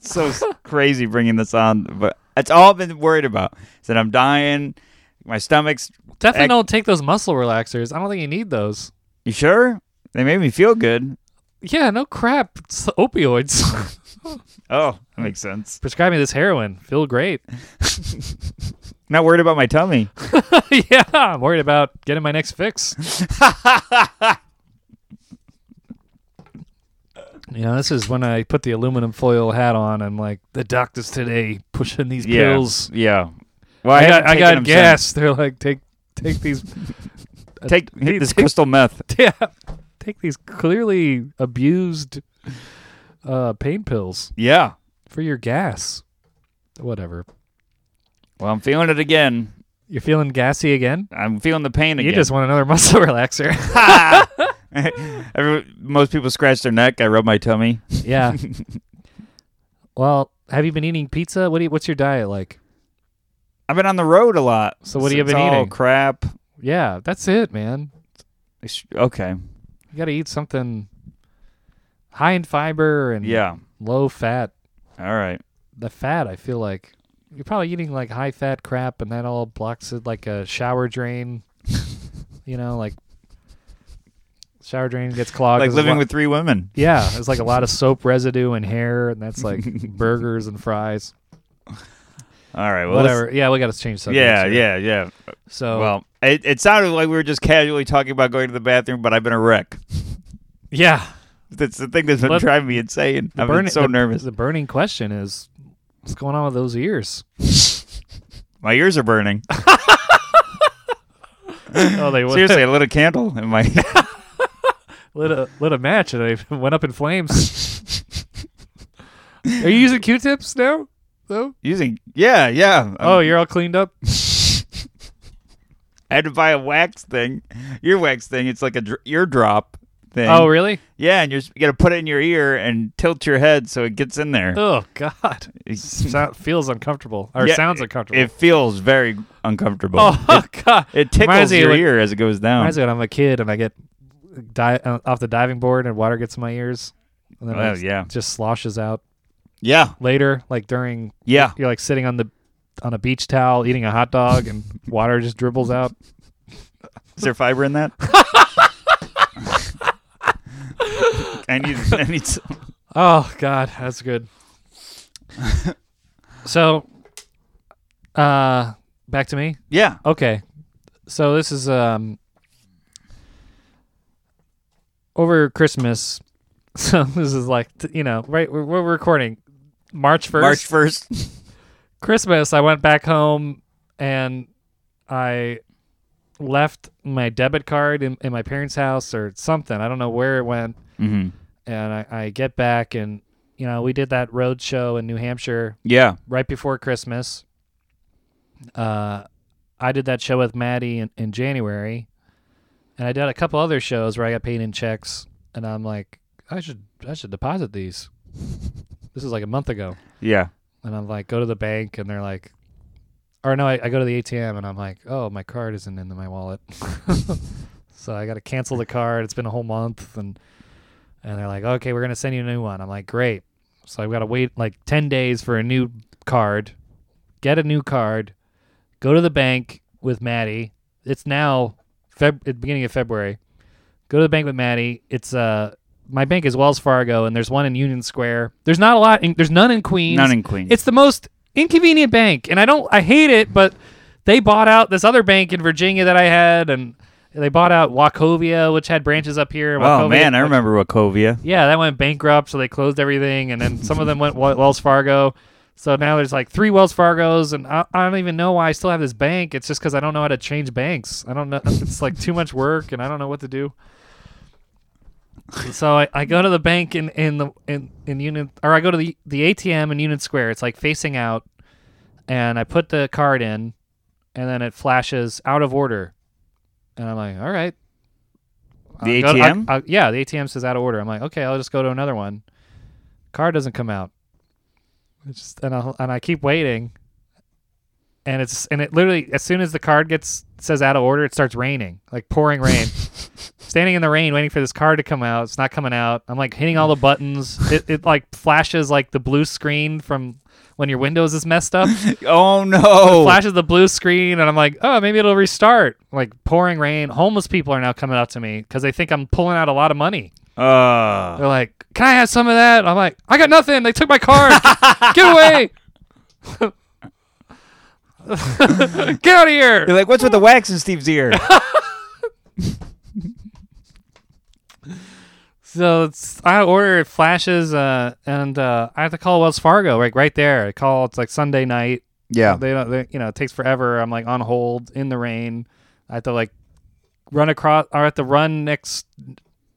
so s- crazy bringing this on, but it's all I've been worried about. Is that I'm dying. My stomach's.
Definitely
Ac-
don't take those muscle relaxers. I don't think you need those.
You sure? They made me feel good.
Yeah, no crap. It's the opioids.
Oh, that makes sense.
Prescribe me this heroin. Feel great.
Not worried about my tummy.
yeah, I'm worried about getting my next fix. you know, this is when I put the aluminum foil hat on. I'm like, the doctors today pushing these pills.
Yeah. Well,
I,
haven't
got, I
taken
got
them
gas. They're like, take take these.
since. Take hit this
take-
crystal meth.
yeah, take these clearly abused uh, pain pills
Yeah.
for your gas. Whatever.
Well, I'm feeling it again.
You're feeling gassy again?
I'm feeling the pain
You
again.
just want another muscle relaxer.
Every- most people scratch their neck. I rub my tummy.
Yeah. well, have you been eating pizza? What do you, what's your diet like?
I've been on the road a lot.
So what have you
It's
been
all
eating?
crap.
Yeah, that's it, man.
It's- Okay.
You got to eat something high in fiber and
Yeah.
low fat.
All right.
The fat, I feel like you're probably eating like high fat crap and that all blocks it like a shower drain. you know, like shower drain gets clogged.
Like
There's a
living
lot-
with three women.
Yeah, there's like a lot of soap residue and hair and that's like burgers and fries.
All right. Well, let's-
Whatever. Oh. Yeah, we got to change subjects.
Yeah,
here.
yeah, yeah.
So
Well, it, it sounded like we were just casually talking about going to the bathroom, but I've been a wreck.
yeah,
That's the thing that's been
Let-
driving me insane.
The
I've been
burning-
so
the-
nervous.
The burning question is, what's going on with those ears?
My ears are burning.
oh, they
Seriously, I lit a candle in my.
lit a lit a match and they went up in flames. Are you using Q-tips now? No.
using yeah yeah Um,
Oh, you're all cleaned up.
i had to buy a wax thing earwax thing it's like a dr- eardrop thing
Oh, really?
yeah and you're, s- you gotta put it in your ear and tilt your head so it gets in there
Oh God,
It's-
Sound feels uncomfortable or
Yeah,
sounds
it-
uncomfortable.
it feels very uncomfortable
oh God,
it
reminds
tickles
me
your
when-
ear as it goes down
Reminds me when I'm a kid and I get di- uh, off the diving board and water gets in my ears. And then
Oh,
it
yeah.
just sloshes out
yeah
later, like during
yeah
you're like sitting on the on a beach towel eating a hot dog and water just dribbles out.
is there fiber in that i need i need some.
Oh god, that's good. so uh back to me.
yeah
Okay. So this is um over Christmas. So this is like t- you know right we're, we're recording March first.
March first.
Christmas, I went back home and I left my debit card in, in my parents' house or something. I don't know where it went.
mm-hmm.
And I, I get back and, you know, we did that road show in New Hampshire
Yeah.
right before Christmas. Uh, I did that show with Maddie in, in January. And I did a couple other shows where I got paid in checks. And I'm like, I should, I should deposit these. this is like a month ago
Yeah.
and I'm like, go to the bank, and they're like, or no, I, I go to the ATM, and I'm like, oh, my card isn't in my wallet, so I got to cancel the card. It's been a whole month, and and they're like, okay, we're gonna send you a new one. I'm like, great. So I've got to wait like ten days for a new card, get a new card, go to the bank with Maddie. It's now Feb, at the beginning of February. Go to the bank with Maddie. It's uh. My bank is Wells Fargo, and there's one in Union Square. There's not a lot. In, there's none in Queens.
None in Queens.
It's the most inconvenient bank, and I don't. I hate it, but they bought out this other bank in Virginia that I had, and they bought out Wachovia, which had branches up here.
oh
Wachovia-
man, I remember Wachovia.
Yeah, that went bankrupt, so they closed everything, and then some of them went Wa- Wells Fargo. So now there's like three Wells Fargos, and I, I don't even know why I still have this bank. It's just because I don't know how to change banks. I don't know. It's like too much work, and I don't know what to do. So I, I go to the bank in, in the in, in Union, or I go to the, the ATM in Union Square. It's like facing out, and I put the card in, and then it flashes out of order, and I'm like, all right.
The
I'll go to-
ATM?
I- I- yeah, the ATM says out of order. I'm like, okay, I'll just go to another one. Card doesn't come out. It's just and I and I keep waiting, and it's and it literally as soon as the card gets says out of order, it starts raining like pouring rain. Standing in the rain, waiting for this card to come out. It's not coming out. I'm like hitting all the buttons. It, it like flashes like the blue screen from when your Windows is messed up
Oh no.
flashes the blue screen and I'm like, oh, maybe it'll restart. Like pouring rain. Homeless people are now coming up to me because they think I'm pulling out a lot of money.
Uh,
They're like, can I have some of that? I'm like, I got nothing. They took my card. Get away. Get out of here.
you're like, what's with the wax in Steve's ear?
So it's, I order it flashes uh, and uh, I have to call Wells Fargo like right there. I call it's like Sunday night.
yeah.
They don't, they, you know, it takes forever. I'm like on hold in the rain. I have to like run across, or I have to run next.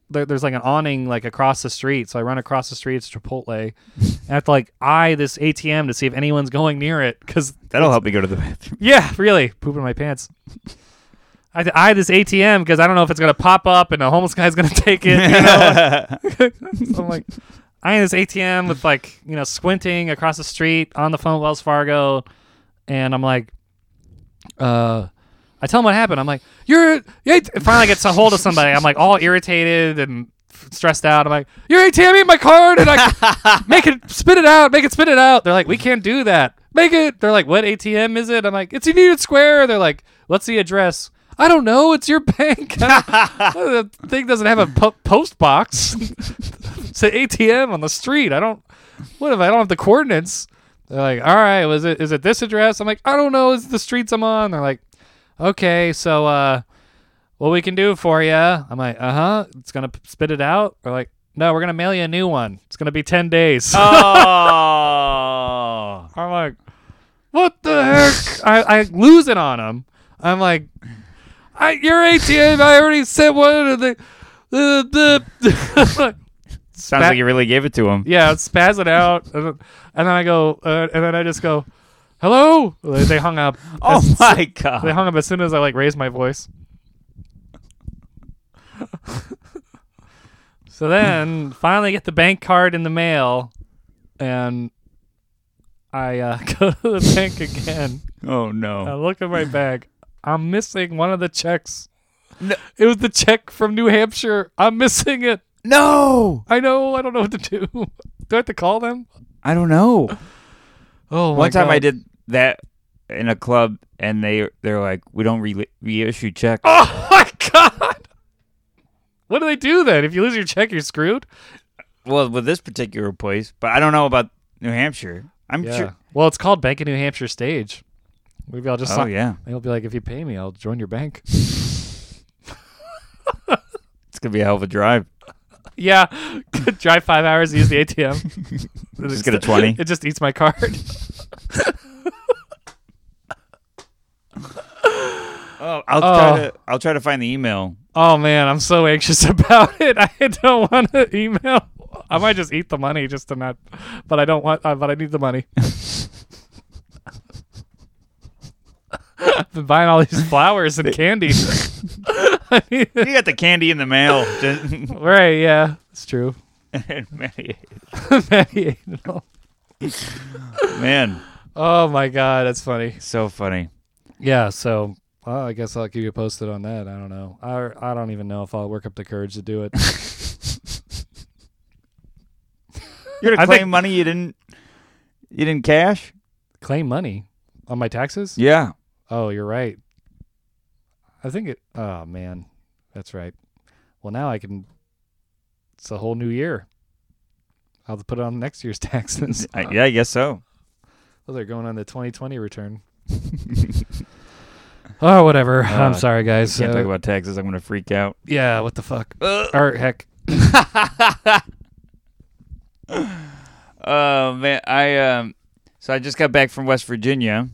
There, there's like an awning like across the street, so I run across the street. It's Chipotle. and I have to like eye this ATM to see if anyone's going near it, because
That'll help me go to the bathroom.
yeah, really, pooping my pants. I had to eye this ATM because I don't know if it's gonna pop up and a homeless guy's gonna take it. You know? so I'm like, I had this ATM with like you know squinting across the street on the phone with Wells Fargo, and I'm like, uh, I tell him what happened. I'm like, you're yeah. Finally, gets a hold of somebody. I'm like all irritated and f- stressed out. I'm like, your ATM ate my card, and I make it spit it out, make it spit it out. They're like, we can't do that. Make it. They're like, what ATM is it? I'm like, it's in Union Square. They're like, what's the address? I don't know. It's your bank. the thing doesn't have a po- post box. it's an ATM on the street. I don't. What if I don't have the coordinates? They're like, all right, was it is it this address? I'm like, I don't know. It's the streets I'm on. They're like, okay, so uh, what we can do for you? I'm like, uh huh. It's gonna p- spit it out. They're like, no, we're gonna mail you a new one. It's gonna be ten days.
Oh.
I'm like, what the heck? I, I lose it on him. I'm like, I, your ATM. I already sent one of the the the.
Sounds
That-
like you really gave it to him.
yeah, I'm spazzing out, and, then- and then I go, uh, and then I just go, "Hello." They they hung up.
Oh
As-
my
They
god.
hung up as soon as I like raised my voice. so then, finally, get the bank card in the mail, and I uh, go to the bank again.
Oh
I
no.
look at my bag. I'm missing one of the checks. It was the check from New Hampshire. I'm missing it.
No.
I know. I don't know what to do. do I have to call them?
I don't know.
Oh, my
One time I
God.
did that in a club, and they they're like, we don't re- reissue checks.
Oh my god! What do they do then? If you lose your check, you're screwed.
Well, with this particular place, but I don't know about New Hampshire. I'm sure.
Well, it's called Bank of New Hampshire Stage. Maybe I'll just.
Oh
sign-
yeah.
They'll be like, if you pay me, I'll join your bank.
It's gonna be a hell of a drive.
Yeah, drive five hours, use the ATM.
Just get a 20.
It just eats my card.
Oh, I'll
Oh.
try to. I'll try to find the email.
Oh man, I'm so anxious about it. I don't want to email. I might just eat the money just to not. But I don't want. Uh, but I need the money. I've been buying all these flowers and candy. I need it.
You got the candy in the mail. Just-
Right? Yeah, it's true. Maggie ate it all.
Man,
oh my god, that's funny.
so funny.
Yeah. So well, I guess I'll keep you posted on that. I don't know. I I don't even know if I'll work up the courage to do it.
You're gonna
I
claim
think-
money you didn't. You didn't cash.
Claim money on my taxes.
Yeah.
Oh, you're right. I think it. Oh man, that's right. Well, now I can. It's a whole new year. I'll have to put it on next year's taxes.
I, yeah, I guess so.
Oh, they're going on the 2020 return. oh, whatever. I'm
Uh,
sorry, guys.
Can't
Uh,
talk about taxes. I'm gonna freak out.
yeah, what the fuck? Or heck,
Oh man, I um. So I just got back from West Virginia.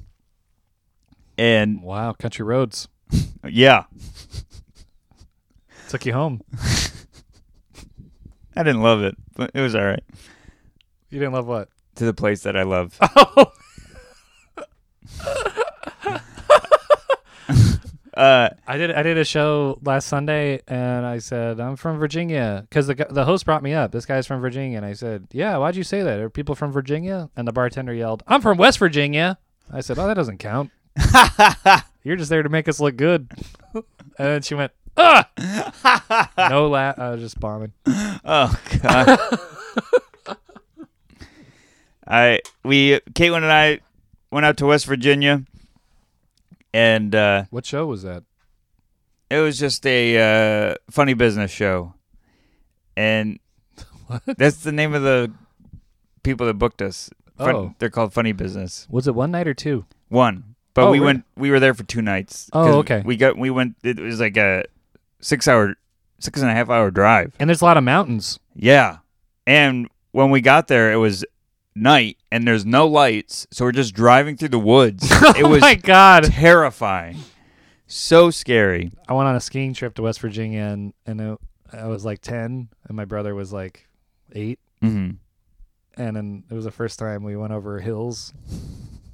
And
wow, country roads
yeah,
took you home.
I didn't love it, but it was all right.
You didn't love what?
To the place that I love.
Oh,
Uh,
I did. I did a show last Sunday, and I said I'm from Virginia because the gu- the host brought me up. This guy's from Virginia, and I said, "Yeah, why'd you say that? Are people from Virginia?" And the bartender yelled, "I'm from West Virginia." I said, "Oh, that doesn't count. You're just there to make us look good." and then she went, "Ah!" no laugh. I was just bombing.
Oh god. I we Caitlin and I went out to West Virginia, and uh,
What show was that?
it was just a uh, funny business show, and that's the name of the people that booked us. Fun-
Oh.
they're called Funny Business
Was it one night or two?
One, but
Oh,
we
really?
went we were there for two nights.
Oh,
'Cause
okay.
We got we went. It was like a six hour, six and a half hour drive.
And there's a lot of mountains.
Yeah. And when we got there, it was night and there's no lights. So we're just driving through the woods. it
oh
was
my god!
terrifying. So scary.
I went on a skiing trip to West Virginia, and and it, I was like ten, and my brother was like eight.
hmm
and then it was the first time we went over hills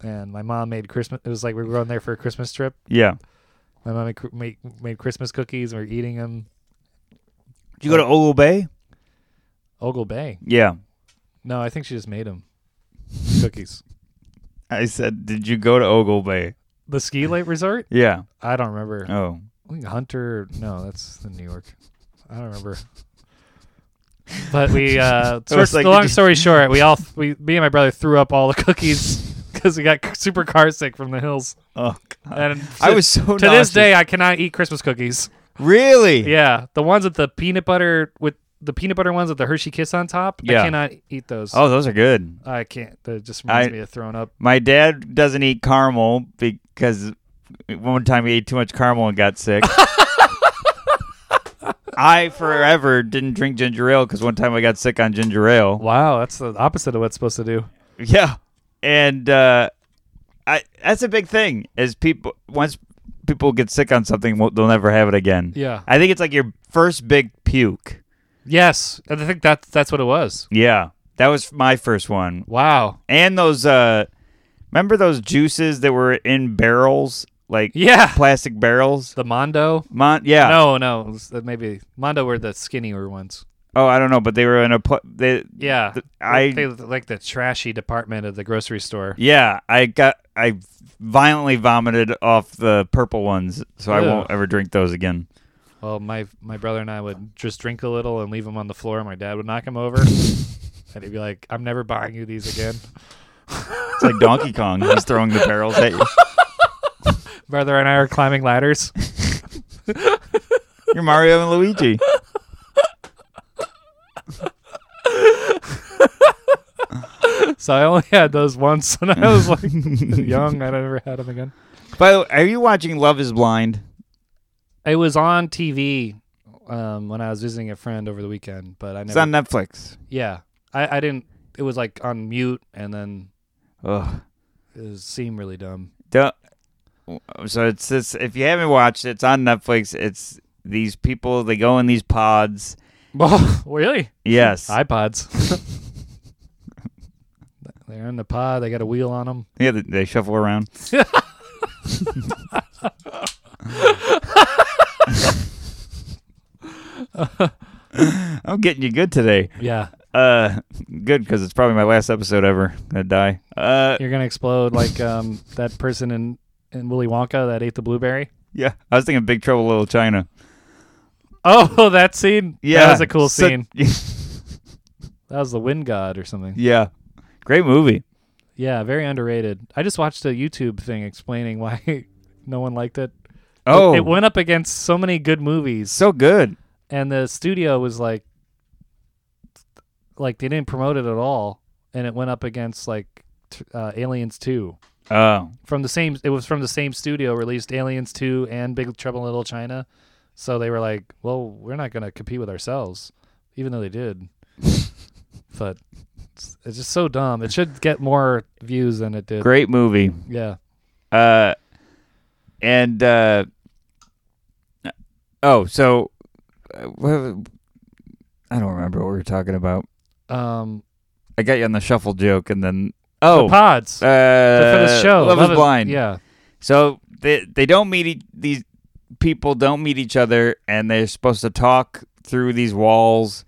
and my mom made christmas it was like we were going there for a christmas trip
Yeah.
my mom made, cr- made, made christmas cookies and we are eating them
Did you go to Ogle Bay?
ogle bay
Yeah.
no i think she just made them cookies
I said, Did you go to Ogle Bay?
the ski lake resort
Yeah.
i don't remember
Oh.
I think hunter no that's in new york i don't remember but we uh
I was
short-
like,
the
did
long
you-
story short we all we me and my brother threw up all the cookies because we got c- super car sick from the hills
Oh, God.
and
I was so
to
nauseous.
this day i cannot eat christmas cookies
Really?
Yeah, the ones with the peanut butter with the peanut butter ones with the Hershey Kiss on top.
Yeah.
I cannot eat those.
Oh, those are good.
I can't. That just reminds
I-
me of throwing up.
My dad doesn't eat caramel because one time he ate too much caramel and got sick. I forever didn't drink ginger ale because one time I got sick on ginger ale.
Wow, that's the opposite of what's supposed to do.
Yeah, and uh, I that's a big thing. Is people once people get sick on something, won't- they'll never have it again.
Yeah.
I think it's like your first big puke.
Yes, and I think that's that's what it was.
Yeah, that was my first one.
Wow.
and those uh remember those juices that were in barrels like
Yeah.
plastic barrels
The Mondo.
Mon- yeah
No, no, it was- uh, maybe Mondo were the skinnier ones.
oh i don't know but they were in a pl- they
Yeah,
Th- I-
they, look like the trashy department of the grocery store.
yeah i got i violently vomited off the purple ones so i
Ew.
won't ever drink those again
Well, my my brother and I would just drink a little and leave them on the floor. My dad would knock him over, and he'd be like, "I'm never buying you these again."
it's like donkey kong he's throwing the barrels at you
brother and I are climbing ladders.
you're mario and luigi
So I only had those once when I was like young. I never had them again.
by the way are you watching love is blind
It was on TV um, when I was visiting a friend over the weekend, but I
It's
never.
on Netflix.
yeah, I, I didn't. It was like on mute, and then
Ugh.
it was, seemed really dumb.
Don't. So it's this. If you haven't watched it, it's on Netflix. It's these people. They go in these pods.
Oh, really?
Yes.
iPods. They're in the pod. They got a wheel on them.
yeah. They, they shuffle around. I'm getting you good today.
Yeah,
Uh, good because it's probably my last episode ever. Gonna die. Uh,
you're gonna explode like um, that person in in Willy Wonka that ate the blueberry.
yeah. I was thinking Big Trouble in Little China.
Oh, that scene.
Yeah.
that was a cool
so-
scene. That was the Wind God or something.
yeah. Great movie.
Yeah, very underrated. I just watched a YouTube thing explaining why no one liked it.
Oh,
it went up against so many good movies,
so good.
and the studio was like, like they didn't promote it at all, and it went up against like t- uh, Aliens Two
Oh,
from the same. It was from the same studio released Aliens Two and Big Trouble in Little China, so they were like, well, we're not gonna compete with ourselves, even though they did. but it's, it's just so dumb. It should get more views than it did.
great movie.
Yeah.
Uh, and uh, oh, so uh, wha- I don't remember what we were talking about.
Um,
I got you on the shuffle joke, and then
the
oh,
pods
uh,
They're for the show.
Love, is blind.
Yeah,
So they they don't meet e- these people don't meet each other, and they're supposed to talk through these walls,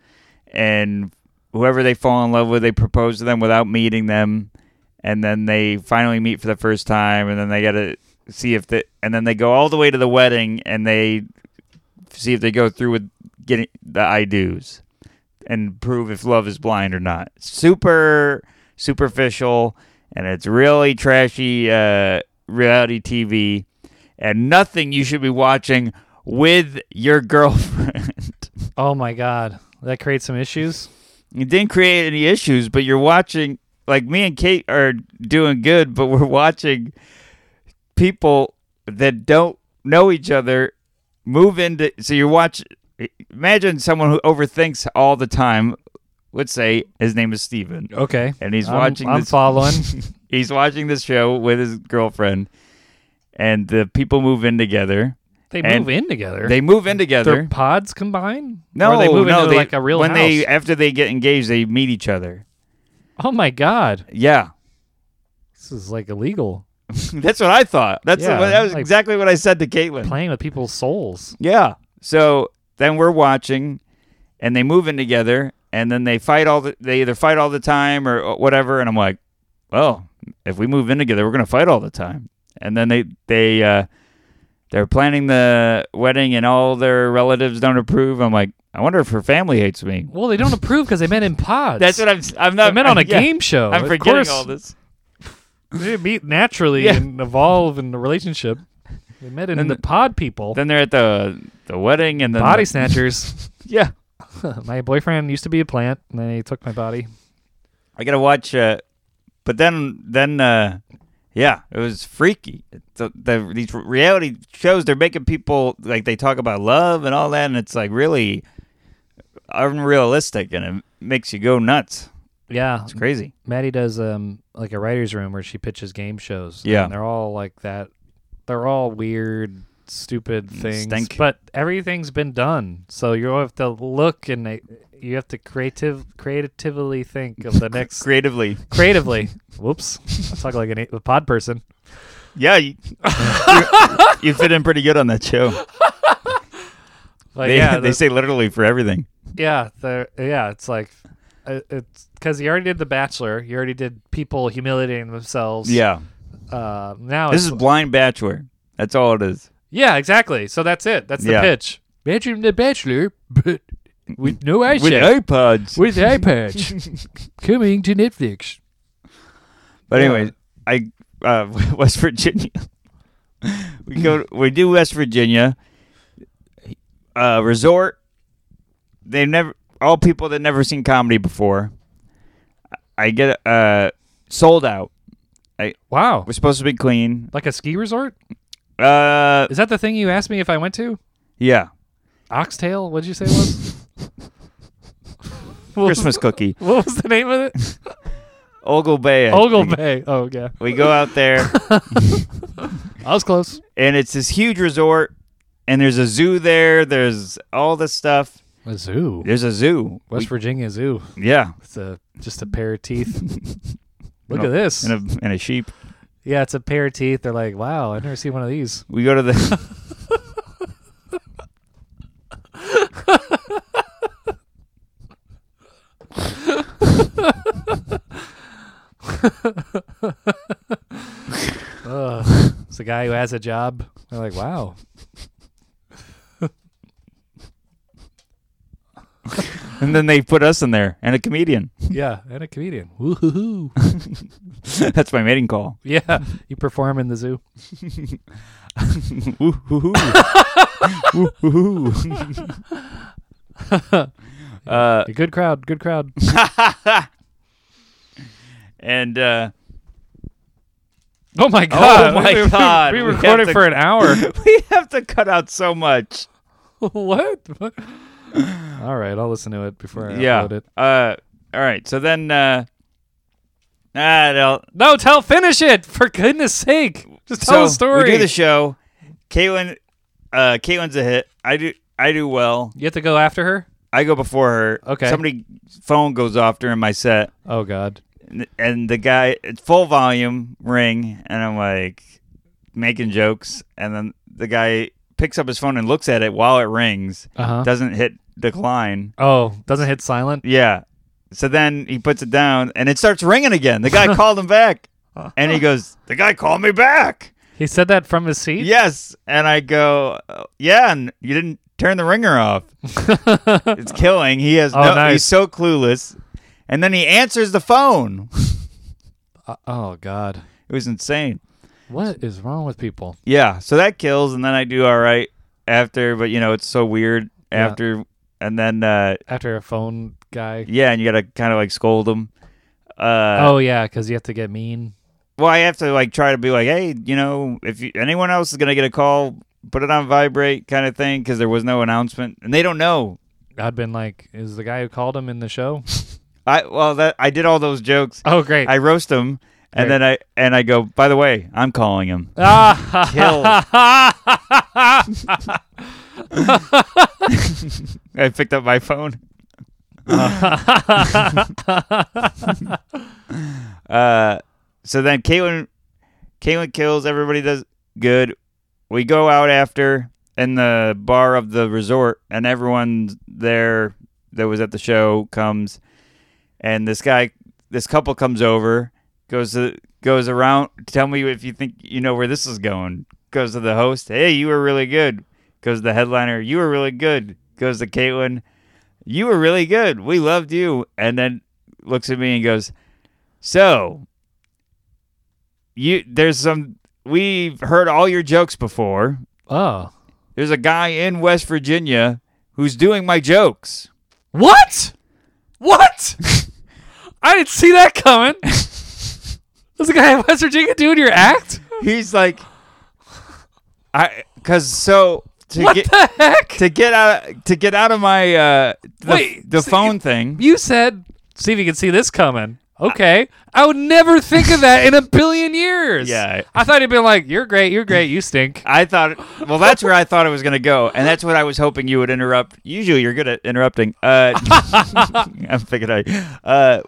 and whoever they fall in love with, they propose to them without meeting them, and then they finally meet for the first time, and then they gotta see if they and then they go all the way to the wedding, and they see if they go through with getting the I do's, and prove if love is blind or not. Super superficial, and it's really trashy. Uh, reality TV and nothing you should be watching with your girlfriend.
Oh my god, that creates some issues.
it didn't create any issues, but you're watching like me and Kate are doing good, but we're watching people that don't know each other move into so you watch imagine someone who overthinks all the time. Let's say his name is Steven.
Okay,
And he's
I'm,
watching
I'm
this
following.
he's watching this show with his girlfriend and the people move in together.
They
And
move in together.
They move in
their
together.
pods combine.
No,
or they move
no,
into
they,
like a real
when
house.
they after they get engaged, they meet each other.
oh my god,
Yeah,
this is like illegal.
that's what I thought. That's
Yeah,
what, that was
like-
exactly what I said to Caitlin.
Playing with people's souls.
Yeah. So then we're watching, and they move in together, and then they fight all the. They either fight all the time or uh, whatever, and I'm like, well, if we move in together, we're gonna fight all the time. And then they they uh, they're planning the wedding, and all their relatives don't approve. I'm like, I wonder if her family hates me.
Well, they don't approve because they met in pods.
That's what I'm. I'm
they
not.
met on a
yeah.
game show.
I'm
of
forgetting
course,
all this.
They meet naturally
Yeah.
and evolve in the relationship. They met in
Then
the
the-
pod people.
Then they're at the the wedding and then
body
the,
snatchers.
yeah.
my boyfriend used to be a plant, and then he took my body.
I gotta watch. Uh, but then then uh, yeah, it was freaky. The, the these reality shows they're making people like they talk about love and all that, and it's like really unrealistic, and it makes you go nuts.
Yeah,
It's crazy.
Maddie does um like a writer's room where she pitches game shows.
Yeah.
And they're all like that. They're all weird, stupid things.
Stink.
But everything's been done. So you have to look and they- you have to creative creatively think of the next
Creatively,
creatively. Whoops. I talk like an, a- a pod person.
yeah, you, you fit in pretty good on that show.
Like,
they,
yeah,
they
the-
say literally for everything.
yeah, the, yeah, it's like uh, it's because you already did The Bachelor. You already did people humiliating themselves.
Yeah,
Uh, now
this
it's
is blind bachelor. That's all it is.
Yeah, exactly. So that's it. That's the
Yeah.
pitch. Imagine the bachelor, but with no eye
With iPods.
with eye patch, coming to Netflix.
But
Yeah.
anyway, I uh, West Virginia. we go. We do West Virginia uh, resort. They never all people that never seen comedy before. I get uh, sold out.
Wow,
We're supposed to be clean.
like a ski resort?
Uh,
Is that the thing you asked me if I went to?
yeah.
Oxtail? What did you say it was? What was-
Christmas cookie.
What was the name of it?
Oglebay.
Ogle Bay. Oh yeah,
We go out there,
I was close.
and it's this huge resort, and there's a zoo there. There's all this stuff.
A zoo.
There's a zoo.
West Virginia Zoo.
We- yeah.
It's a just a pair of teeth. Look
No,
at this.
And a, and a sheep.
yeah, it's a pair of teeth. They're like, wow, I've never seen one of these.
We go to the.
Ugh. it's a guy who has a job. They're like, wow.
and then they put us in there and a comedian.
Yeah, and a comedian. Woo-hoo-hoo.
That's my mating call.
yeah, you perform in the zoo.
Woo hoo hoo. Woo hoo hoo. Uh,
A good crowd. Good crowd.
and uh,
Oh my god.
my
we, we-
God.
We,
We have
recorded
to-
for an hour.
we have to cut out so much.
what? What? All right, I'll listen to it before I
yeah.
upload it.
Uh, all right. So then, uh, ah, no.
No, tell finish it for goodness sake. Just tell
so
the story.
We do the show. Caitlin, uh, Caitlin's a hit. I do. I do well.
you have to go after her.
I go before her.
Okay.
Somebody's phone goes off during my set,
Oh god.
and, and the guy it's full volume ring, and I'm like making jokes, and then the guy picks up his phone and looks at it while it rings,
Uh huh.
doesn't hit decline.
Oh, doesn't hit silent.
Yeah. So then he puts it down and it starts ringing again. The guy called him back.
Uh-huh.
And he goes, The guy called me back.
He said that from his seat.
Yes. And I go, "Uh, Yeah. And you didn't turn the ringer off. it's killing. He has
Oh,
no,
nice.
he's so clueless. And then he answers the phone.
Uh, oh god.
It was insane.
What is wrong with people?
Yeah. So that kills. And then I do all right after, but you know, it's so weird
Yeah.
after. And then, uh,
After a phone guy.
yeah. And you got to kind of like scold him. Uh,
oh yeah, because you have to get mean.
Well, I have to like try to be like, hey, you know, if you, anyone else is gonna get a call, put it on vibrate, kind of thing, because there was no announcement, and they don't know.
I'd been like, is the guy who called him in the show?
I well, that I did all those jokes.
Oh great.
I roast them, and
Great.
then I and I go. By the way, I'm calling him.
Ah,
Kill. I picked up my phone. Uh, so then Caitlin, Caitlin kills everybody. Does good. We go out after in the bar of the resort, and everyone there that was at the show comes, and this guy, this couple comes over, goes to goes around. Tell me if you think you know where this is going. Goes to the host. Hey, you were really good. Goes to the headliner. You were really good. Goes to Caitlin. You were really good. We loved you. And then looks at me and goes, so you there's some we've heard all your jokes before.
oh.
There's a guy in West Virginia who's doing my jokes.
What? What? I didn't see that coming. Does the guy in West Virginia doing your act?
He's like I cuz so to
What
get
the heck?
to get out to get out of my uh the,
Wait,
the
so
phone thing.
You said, see if you can see this coming. Okay. I would never think of that in a billion years.
Yeah.
I thought he'd been like, you're great, you're great, you stink.
I thought well that's where I thought it was going to go and that's what I was hoping you would interrupt. Usually you're good at interrupting. Uh I'm thinking I uh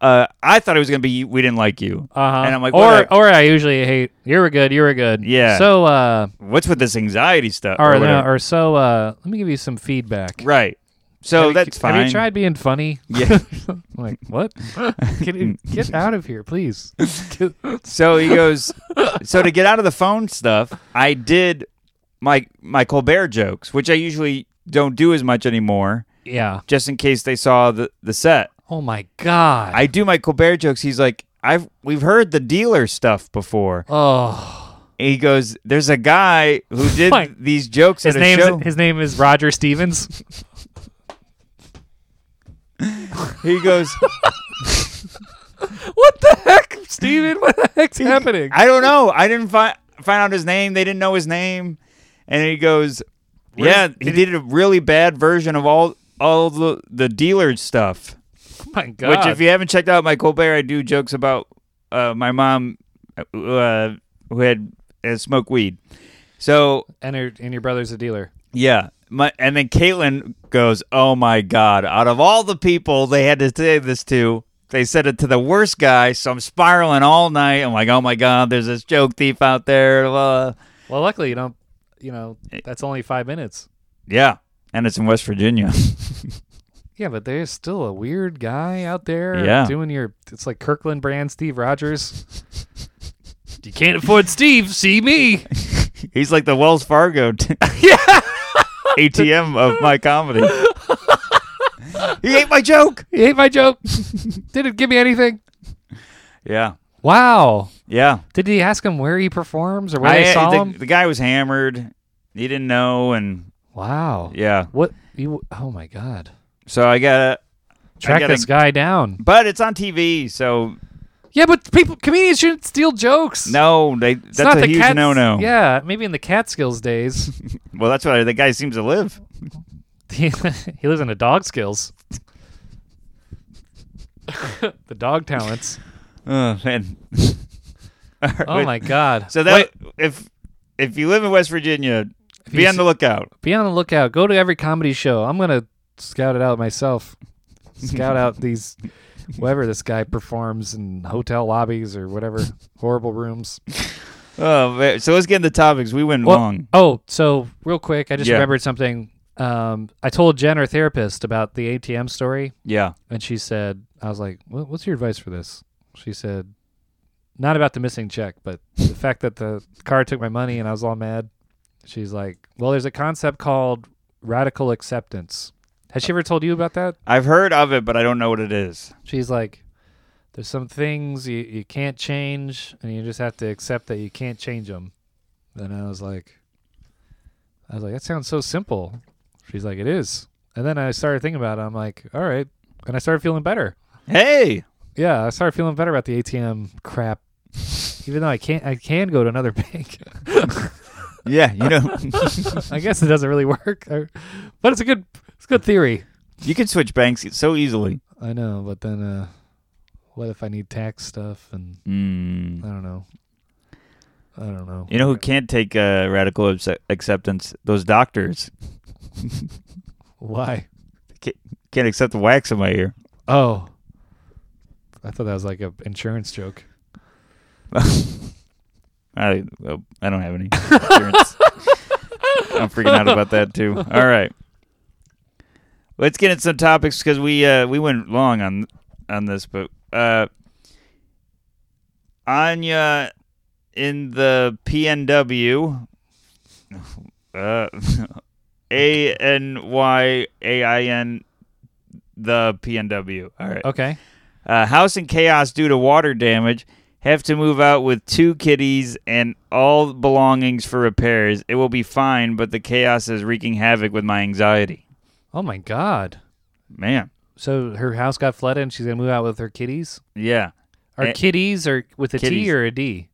uh, I thought it was gonna be we didn't like you,
Uh-huh.
and I'm like,
or,
what a-
or I usually hate, you were good, you were good.
Yeah.
So, uh,
what's with this anxiety stuff?
or, no,
whatever?
or so, uh, let me give you some feedback.
right. So
Have you-
that's fine.
Have you tried being funny?
Yeah.
I'm like, what? get, in- get out of here, please. Get-
so he goes. so to get out of the phone stuff, I did my my Colbert jokes, which I usually don't do as much anymore,
yeah.
just in case they saw the the set.
Oh my god.
I do my Colbert jokes. He's like, I've we've heard the dealer stuff before.
oh.
And he goes, there's a guy who did
My-
these jokes
His
at a show.
name his name is Roger Stevens.
he goes.
what the heck, Steven? What the heck's happening?
I don't know. I didn't find find out his name. They didn't know his name. And he goes, yeah, he did a really bad version of all all the the dealer stuff.
Oh my God.
Which, if you haven't checked out my Colbert, I do jokes about uh, my mom uh, who had uh, smoked weed. So
and, her, and your brother's a dealer.
yeah, my and then Caitlin goes, "Oh my God! Out of all the people they had to say this to." They said it to the worst guy, so I'm spiraling all night. I'm like, oh my god, there's this joke thief out there. blah.
Well, luckily you don't. You know
Eh.
that's only five minutes.
Yeah, and it's in West Virginia.
Yeah, but there's still a weird guy out there
Yeah.
doing your. It's like Kirkland brand Steve Rogers. you can't afford Steve. See me.
He's like the Wells Fargo t- ATM of my comedy. he ate my joke.
You hate my joke. Didn't give me anything.
Yeah,
Wow.
yeah.
Did he ask him where he performs or where they saw
uh, the,
him?
the guy was hammered. He didn't know, and
Wow.
yeah.
What you? Oh my God.
So I gotta I
Track
gotta-
this guy down.
But it's on TV, so
Yeah, but people, comedians shouldn't steal jokes.
no, they
It's
that's
not
a
the
huge
Cats-
no-no.
Yeah, maybe in the Catskills days.
Well, that's where the guy seems to live.
he he lives in a dog skills. the dog talents.
Oh man.
Oh my god.
So that if if you live in West Virginia, be
you
on the lookout.
Be on the lookout. Go to every comedy show. I'm gonna scout it out myself. Scout out these whoever this guy performs in hotel lobbies or whatever horrible rooms.
Oh, man. so let's get into topics. We went
Well,
long.
Oh, so real quick, I just
Yeah.
remembered something. Um, I told Jen, our therapist, about the ATM story,
Yeah.
and she said, "I was like, what, what's your advice for this?" She said, "Not about the missing check, but the fact that the car took my money and I was all mad." She's like, "Well, there's a concept called radical acceptance." Has she ever told you about that?
I've heard of it, but I don't know what it is.
She's like, "There's some things you you can't change, and you just have to accept that you can't change them." And I was like, I was like, that sounds so simple. She's like, it is. And then I started thinking about it. I'm like, all right. And I started feeling better.
Hey,
Yeah, I started feeling better about the ATM crap. Even though I can't, I can go to another bank.
yeah, you know,
I guess it doesn't really work, I- but it's a good, it's a good theory.
you can switch banks so easily.
I know, but then, uh, what if I need tax stuff and I
Mm.
don't know. I don't know.
You know who can't take uh, radical abse- acceptance? Those doctors
Why?
can't accept the wax in my ear.
Oh, I thought that was like a insurance joke.
I well, I don't have any. insurance. I'm freaking out about that too. All right, let's get into some topics because we uh, we went long on on this, but uh, Anya in the PNW, uh, A N Y A I N, the PNW. All right
Okay.
uh, house in chaos due to water damage have to move out with two kitties and all belongings for repairs it will be fine but the chaos is wreaking havoc with my anxiety
Oh my God.
man
So her house got flooded, and she's gonna move out with her kitties.
yeah
Are
Eh,
kitties or with a T
kitties.
or a D?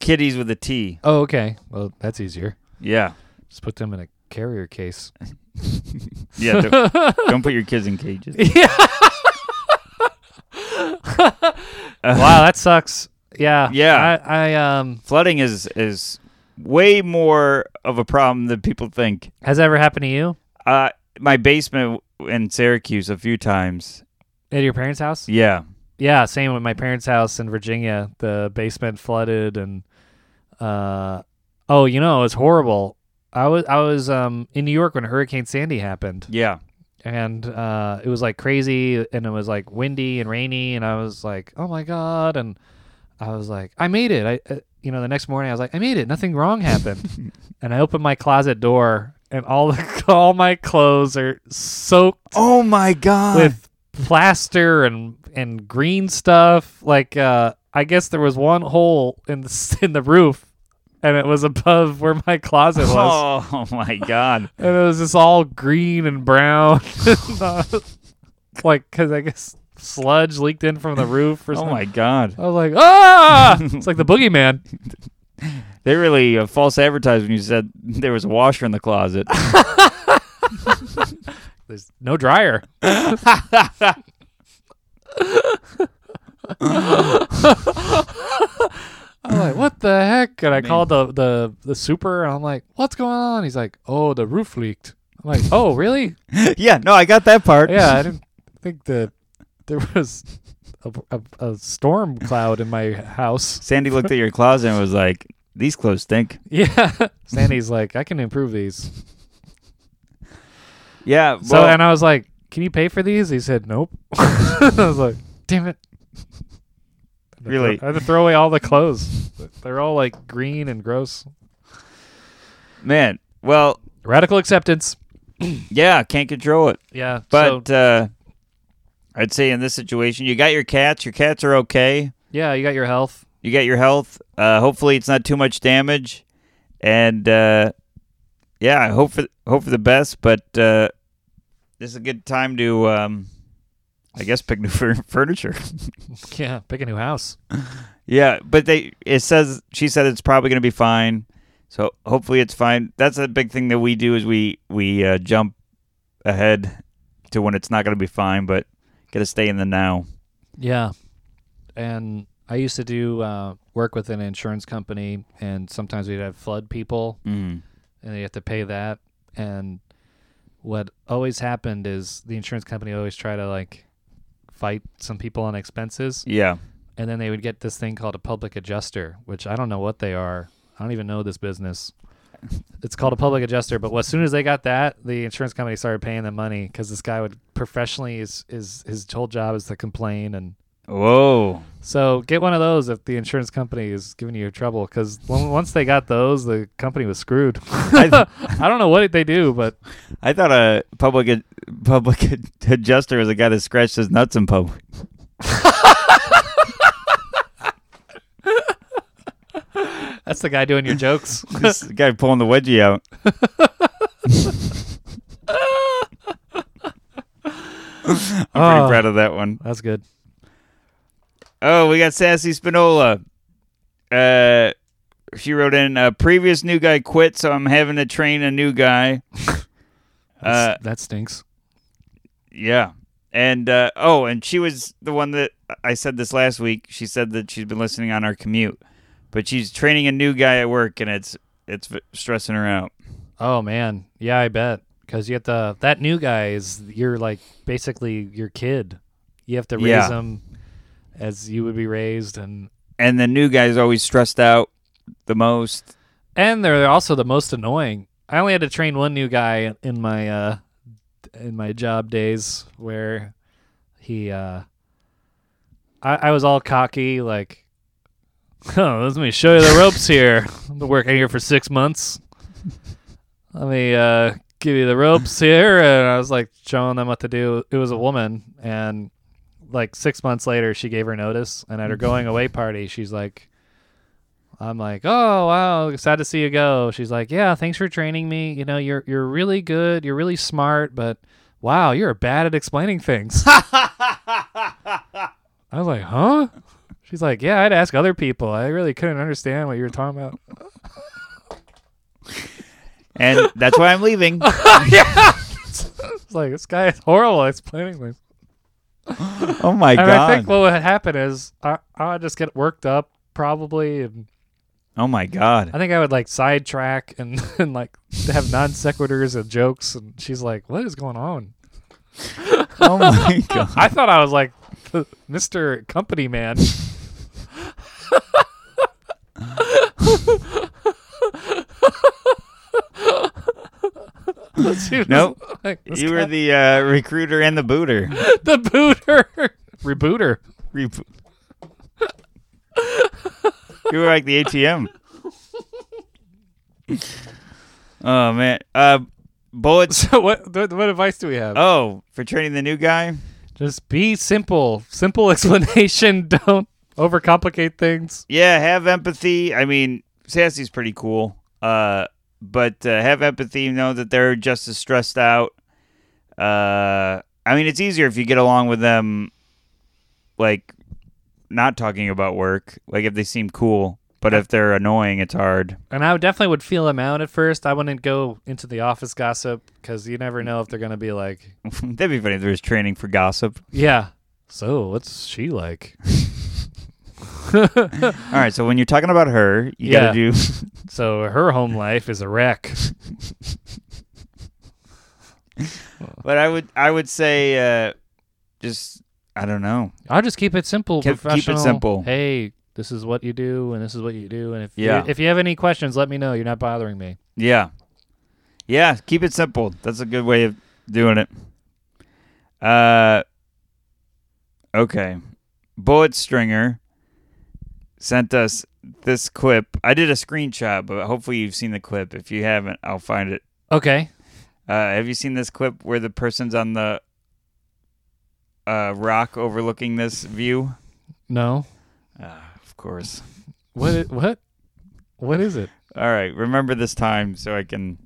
kitties with a t
Oh, okay. Well, that's easier.
yeah
Just put them in a carrier case.
yeah don't, don't put your kids in cages
wow, that sucks. Yeah.
Yeah.
I, I um
flooding is is way more of a problem than people think
has that ever happened to you
uh my basement in syracuse a few times
at your parents' house?
yeah
yeah, same with my parents' house in Virginia. The basement flooded, and uh, oh, you know, it was horrible. I was I was um in New York when Hurricane Sandy happened,
yeah
and uh, it was like crazy, and it was like windy and rainy, and I was like, oh my god, and I was like, I made it. I uh, you know, the next morning I was like, I made it. Nothing wrong happened, and I opened my closet door, and all the all my clothes are soaked
oh my god
with plaster and and green stuff. Like uh, I guess there was one hole in the s- in the roof, and it was above where my closet was,
oh my god
and it was just all green and brown, like because I guess sludge leaked in from the roof or
oh
something.
my god
I was like, ah! it's like the boogeyman.
They really uh, false advertised when you said there was a washer in the closet.
There's no dryer. I'm like, what the heck? And I called the, the the super, and I'm like, what's going on? He's like, oh, the roof leaked. I'm like, oh, really?
yeah, no, I got that part.
Yeah, I didn't think that there was a, a, a storm cloud in my house.
Sandy looked at your closet and was like, "These clothes stink."
Yeah, Sandy's like, I can improve these.
Yeah. Well,
So and I was like, "Can you pay for these?" He said, "Nope." I was like, "Damn it!"
Really?
I had to throw away all the clothes. They're all like green and gross.
man. Well,
Radical acceptance.
yeah, can't control it.
Yeah,
But
so,
uh, I'd say in this situation, you got your cats. Your cats are okay.
yeah, you got your health.
You got your health. Uh, hopefully, it's not too much damage, and uh, yeah, I hope for hope for the best. But uh, this is a good time to, um, I guess, pick new fur- furniture.
Yeah, pick a new house.
Yeah, but they it says she said it's probably going to be fine. So hopefully it's fine. That's a big thing that we do is we we uh, jump ahead to when it's not going to be fine, but got to stay in the now.
Yeah, and I used to do uh, work with an insurance company, and sometimes we'd have flood people,
Mm.
and you have to pay that. And what always happened is the insurance company would always try to like fight some people on expenses.
Yeah.
and then they would get this thing called a public adjuster, which I don't know what they are. I don't even know this business. It's called a public adjuster, but as soon as they got that, the insurance company started paying them money because this guy would professionally is is his whole job is to complain and
Whoa.
so get one of those if the insurance company is giving you trouble because once they got those, the company was screwed. I, don't know what they do, but
I thought a public ad- public ad- adjuster was a guy that scratched his nuts in public.
that's the guy doing your jokes.
This guy pulling the wedgie out. I'm pretty
Oh.
proud of that one.
that's good.
Oh, we got Sassy Spinola. Uh, she wrote in a previous new guy quit, so I'm having to train a new guy.
That's-
Uh,
that stinks.
Yeah. And uh, oh, and she was the one that I said this last week. She said that she's been listening on our commute, but she's training a new guy at work, and it's it's v- stressing her out.
Oh man, yeah, I bet because you have to. That new guy is you're like basically your kid. You have to raise
Yeah.
him as you would be raised, and
And the new guy's always stressed out the most.
and they're also the most annoying. I only had to train one new guy in my uh in my job days where he uh I, I was all cocky like oh, let me show you the ropes here. I've been working here for six months. Let me uh give you the ropes here and I was like showing them what to do. It was a woman and like six months later she gave her notice and at her going away party she's like I'm like, oh wow, sad to see you go. She's like, yeah, thanks for training me. You know, you're you're really good. You're really smart, but wow, you're bad at explaining things. I was like, huh? She's like, yeah, I had to ask other people. I really couldn't understand what you were talking about.
And that's why I'm leaving.
It's like this guy is horrible at explaining things.
Oh my
and
god.
I think what would happen is I I just get worked up probably, and
oh my god.
I think I would like sidetrack and and like have non sequiturs and jokes. And she's like, what is going on?
Oh my god.
I thought I was like the Mr. Company Man. She was
Nope.
like, this
You
guy-
were the uh, recruiter and the booter.
the booter. Rebooter.
Rebo- you were like the ATM. oh man. Uh, bullets.
So what, what what advice do we have?
Oh, for training the new guy.
Just be simple. Simple explanation. Don't overcomplicate things.
Yeah, have empathy. I mean, Sassy's pretty cool. Uh, but uh, have empathy. Know that they're just as stressed out. Uh, I mean, it's easier if you get along with them, like not talking about work. Like if they seem cool, But if they're annoying, it's hard.
And I would definitely would feel them out at first. I wouldn't go into the office gossip because you never know if they're gonna be like,
That'd be funny if there was training for gossip.
yeah. So what's she like?
All right, so when you're talking about her, you
Yeah.
gotta do
So her home life is a wreck.
But I would I would say uh just I don't know.
I'll just keep it simple.
Keep- keep it
professional.
simple.
Hey, this is what you do, and this is what you do, and if
Yeah.
you, if you have any questions, let me know. You're not bothering me.
Yeah. Yeah, keep it simple. That's a good way of doing it. Uh Okay. Bullet Stringer sent us this clip. I did a screenshot, but hopefully you've seen the clip. If you haven't, I'll find it.
Okay.
Uh, have you seen this clip where the person's on the uh, rock overlooking this view?
No.
Uh, of course.
What? i- what? What is it?
All right, remember this time so I can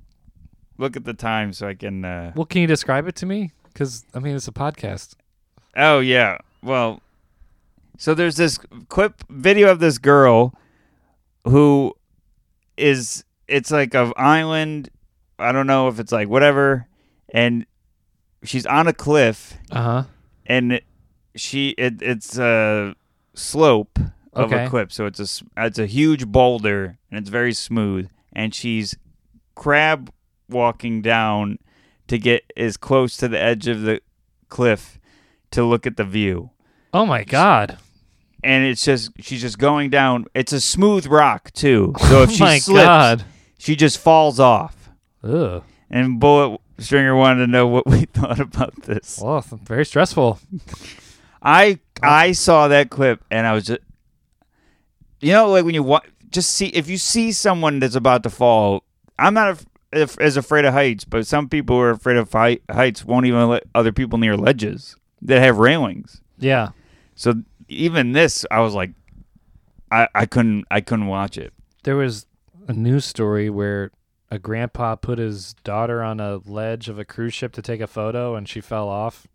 look at the time so I can. Uh,
Well, can you describe it to me? Because I mean, it's a podcast.
oh yeah, well, so there's this clip video of this girl who is it's like of island. I don't know if it's like whatever, and she's on a cliff
Uh huh.
and it- she it, it's a slope of
Okay.
a cliff, so it's a s- it's a huge boulder and it's very smooth, and she's crab walking down to get as close to the edge of the cliff to look at the view.
Oh my god.
And it's just she's just going down. It's a smooth rock too, so if
oh
she
my
slips,
god.
she just falls off.
Ugh.
And Bullet Stringer wanted to know what we thought about this.
Well, it's very stressful.
I I saw that clip and I was just, you know, like when you wa- just see if you see someone that's about to fall. I'm not af- af- as afraid of heights, but some people who are afraid of hei- heights won't even let other people near ledges that have railings.
Yeah.
So even this, I was like, I, I couldn't I couldn't watch it.
There was a news story where a grandpa put his daughter on a ledge of a cruise ship to take a photo and she fell off.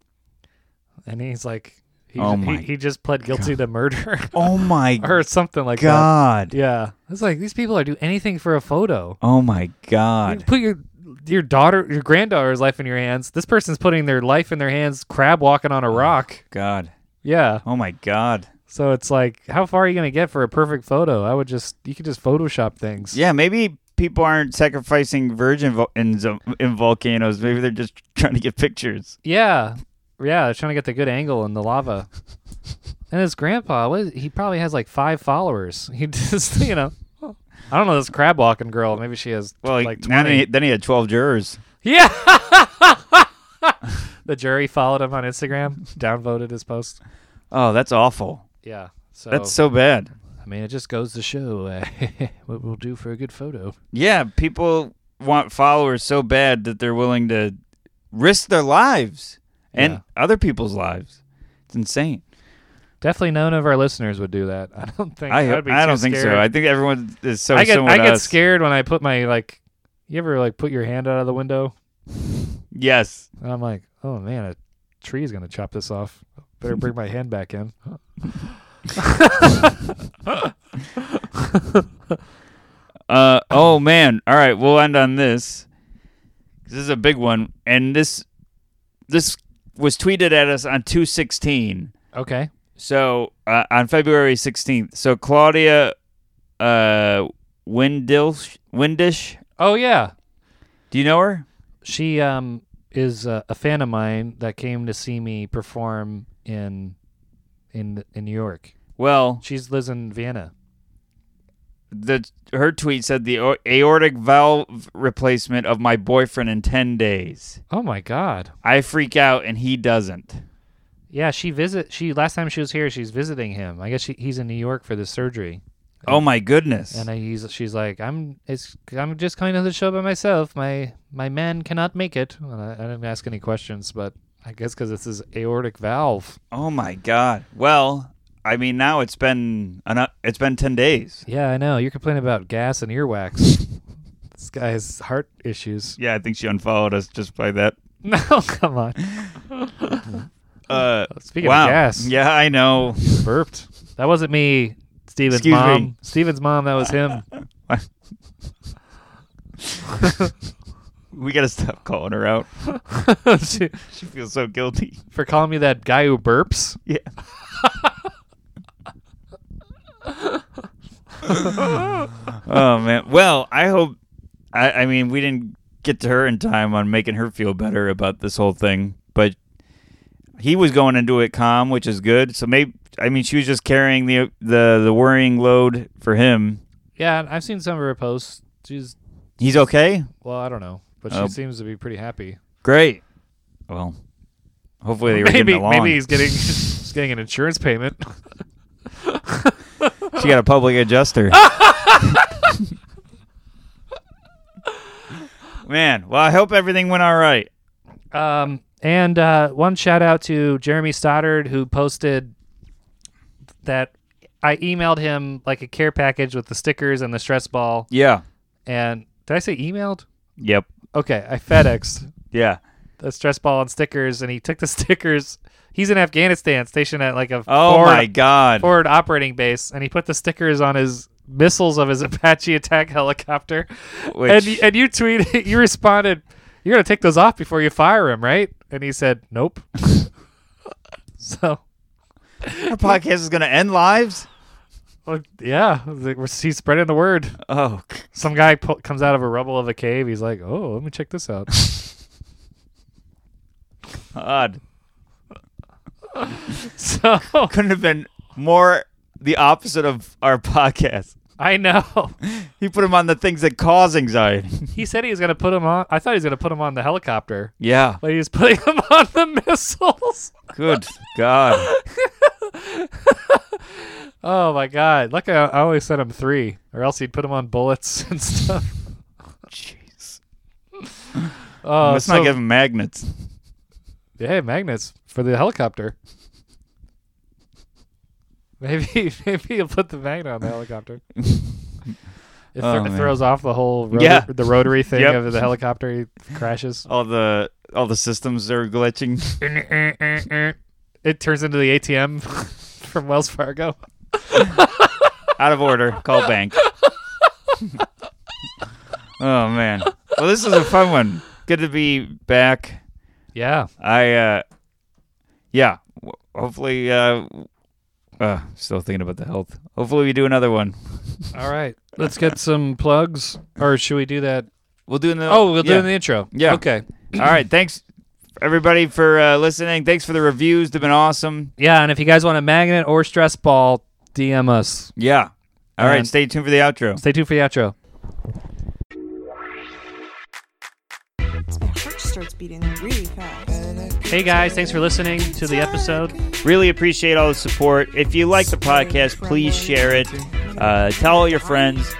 And he's like, he,
Oh
he,
my
he just pled guilty to murder
Oh my
or something like that.
god!
Yeah. It's like these people are do anything for a photo.
Oh my
You
god!
put your your daughter, your granddaughter's life in your hands. This person's putting their life in their hands, crab walking on a
Oh.
rock.
God!
Yeah.
Oh my god!
So it's like, how far are you going to get for a perfect photo? I would just, you could just Photoshop things.
Yeah, maybe people aren't sacrificing virgin vo- in, zo- in volcanoes. Maybe they're just trying to get pictures.
Yeah. Yeah, they're trying to get the good angle in the lava. and his grandpa, what is, he probably has like five followers. He just, you know, I don't know this crab walking girl. Maybe she has
Well,
like
like, now then,
20.
he, then he had 12 jurors.
yeah. the jury followed him on Instagram, downvoted his post.
Oh, that's awful.
Yeah. So,
That's so bad.
I mean, it just goes to show uh, what we'll do for a good photo.
Yeah, people want followers so bad that they're willing to risk their lives and
Yeah.
other people's lives. It's insane.
Definitely none of our listeners would do that. I don't think.
I,
I'd be
I
too
don't think
scared.
so. I think everyone is so
I get
similar
I
to
get
us.
scared when I put my like. You ever like put your hand out of the window
Yes.
and I'm like, oh man, a tree's gonna chop this off. Better bring my hand back in.
Uh, oh man. All right, we'll end on this. This is a big one, and this this was tweeted at us on two sixteen.
Okay.
So uh, on February sixteenth. So Claudia, uh, Windish, Windish.
Oh yeah,
Do you know her?
she um is uh, a fan of mine that came to see me perform in in in New York.
Well,
She's lives in Vienna.
the her tweet said the o- aortic valve replacement of my boyfriend in ten days.
Oh my god.
I freak out, and he doesn't.
Yeah, she visit. She last time she was here, she's visiting him. I guess she, he's in New York for the surgery.
Oh my goodness.
And I, he's, she's like, I'm, it's, I'm just coming to the show by myself. My, my man cannot make it. And I, I didn't ask any questions, but I guess because this is aortic valve.
Oh my god. Well, I mean now it's been an, uh, it's been 10 days.
Yeah, I know. You're complaining about gas and earwax. this guy has heart issues.
Yeah, I think she unfollowed us just by that.
No, come on.
Uh
Speaking
wow.
Oh, of gas,
Yeah, I know.
burped. That wasn't me Steven's
Excuse
mom.
me.
Steven's mom, that was him.
We gotta stop calling her out.
She-
She feels so guilty.
for calling me that guy who burps.
Yeah. oh man. Well, I hope. I, I mean, we didn't get to her in time on making her feel better about this whole thing, but he was going into it calm, which is good. So maybe I mean, she was just carrying the the the worrying load for him.
Yeah, and I've seen some of her posts. She's
He's okay.
well, I don't know, but
Oh.
she seems to be pretty happy.
Great. Well, hopefully they were
Maybe
getting along.
maybe he's getting he's getting an insurance payment.
She got a public adjuster. Man, well, I hope everything went all right.
Um, and uh, one shout out to Jeremy Stoddard who posted that I emailed him like a care package with the stickers and the stress ball.
Yeah.
And did I say emailed?
Yep.
Okay, I FedExed
Yeah.
the stress ball and stickers, and he took the stickers. He's in Afghanistan, stationed at like a
Oh
forward-
my God.
forward operating base, and he put the stickers on his missiles of his Apache attack helicopter.
Which-
And and you tweeted, you responded, "You're gonna take those off before you fire him, right?" And he said, "Nope." so,
Our podcast is going to end lives.
well, yeah, like, we're- he's spreading the word.
Oh, c-
Some guy pu- comes out of a rubble of a cave. He's like, "Oh, let me check this out."
God.
so
Couldn't have been more the opposite of our podcast.
I know.
He put him on the things that cause anxiety.
He said he was gonna put him on. I thought he was gonna put him on the helicopter,
yeah.
but he was putting him on the missiles.
Good God.
Oh my god! Lucky I I only sent him three, or else he'd put him on bullets and stuff.
Jeez.
Oh,
Let's
so-
not give him magnets.
Hey, magnets for the helicopter. Maybe, maybe he'll put the magnet on the helicopter. It, thr-
Oh,
it
man.
throws off the whole rotor-
Yeah.
the rotary thing
Yep.
of the helicopter he crashes.
All the all the systems are glitching. eh,
it turns into the ATM from Wells Fargo.
out of order. Call bank. oh man. Well, this is a fun one. Good to be back.
Yeah,
I uh yeah, w- hopefully uh uh still thinking about the health. Hopefully we do another one.
All right, let's get some plugs, or should we do that?
We'll do another
Oh, we'll do
yeah.
it in the intro.
Yeah.
Okay.
All right, thanks everybody for uh listening. Thanks for the reviews. They've been awesome.
Yeah, and if you guys want a magnet or stress ball, DM us.
Yeah. All right,
And-
stay tuned for the outro.
Stay tuned for the outro.
My heart starts beating really fast.
Hey guys, thanks for listening to the episode.
Really appreciate all the support. If you like the podcast, please share it. Uh, tell all your friends.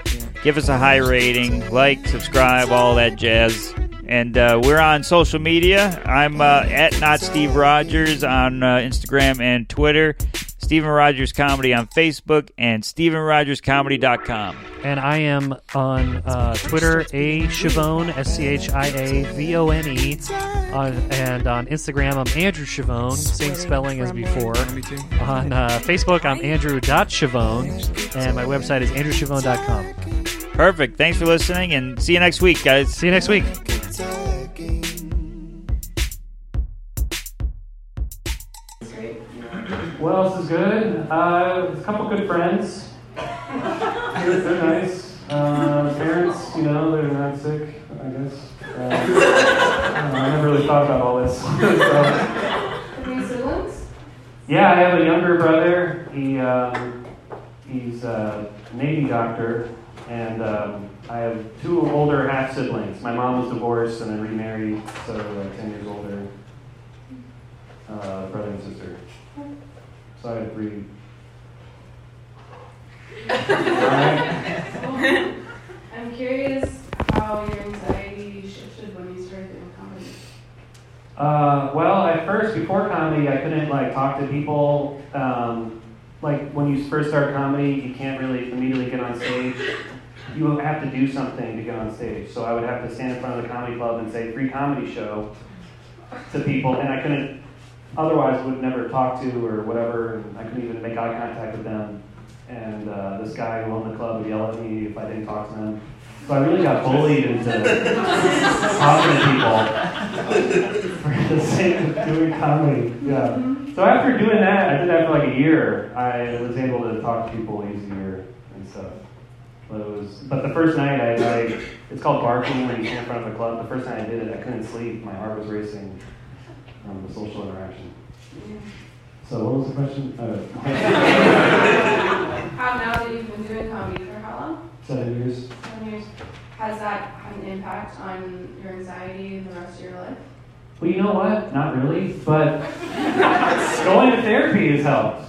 Give us a high rating. Like, subscribe, all that jazz. And uh, we're on social media. I'm uh, at not Steve Rogers on uh, Instagram and Twitter. Steven Rogers Comedy on Facebook and StevenRogersComedy.com.
And I am on uh, Twitter, A Chavone, S C H I A V O N E. On, and on Instagram, I'm Andrew Chavone, same spelling as before. On uh, Facebook, I'm Andrew.Chavone. And my website is AndrewChavone.com.
Perfect. Thanks for listening and see you next week, guys.
See you next week. What else is good? Uh, a couple good friends. They're, they're nice. Uh, parents, you know, they're not sick, I guess. Uh, I, don't know, I never really thought about all this. So,
Any siblings?
yeah, I have a younger brother. He um, he's a Navy doctor, and um, I have two older half siblings. My mom was divorced and then remarried, so like ten years older. Uh, brother and sister. So I have three.
I'm curious how your anxiety shifted when you started doing comedy.
Uh, well, at first, before comedy, I couldn't like talk to people. Um, like when you first start comedy, you can't really immediately get on stage. You have to do something to get on stage. So I would have to stand in front of the comedy club and say free comedy show to people, and I couldn't. Otherwise, would never talk to or whatever. and I couldn't even make eye contact with them.
and uh, this guy who owned the club would yell at me if I didn't talk to him. So I really got bullied into talking to people for the sake of doing comedy. Yeah. So after doing that, I did that for like a year. I was able to talk to people easier and stuff. But it was, but the first night I like, it's called barking when you stand in front of a club. The first night I did it, I couldn't sleep. My heart was racing from the social interaction. So what was the question? Uh,
How now that you've been doing comedy for how long?
seven years.
Seven years. Has that had an impact on your anxiety and the rest of your life?
Well, you know what? Not really, but going to therapy has helped.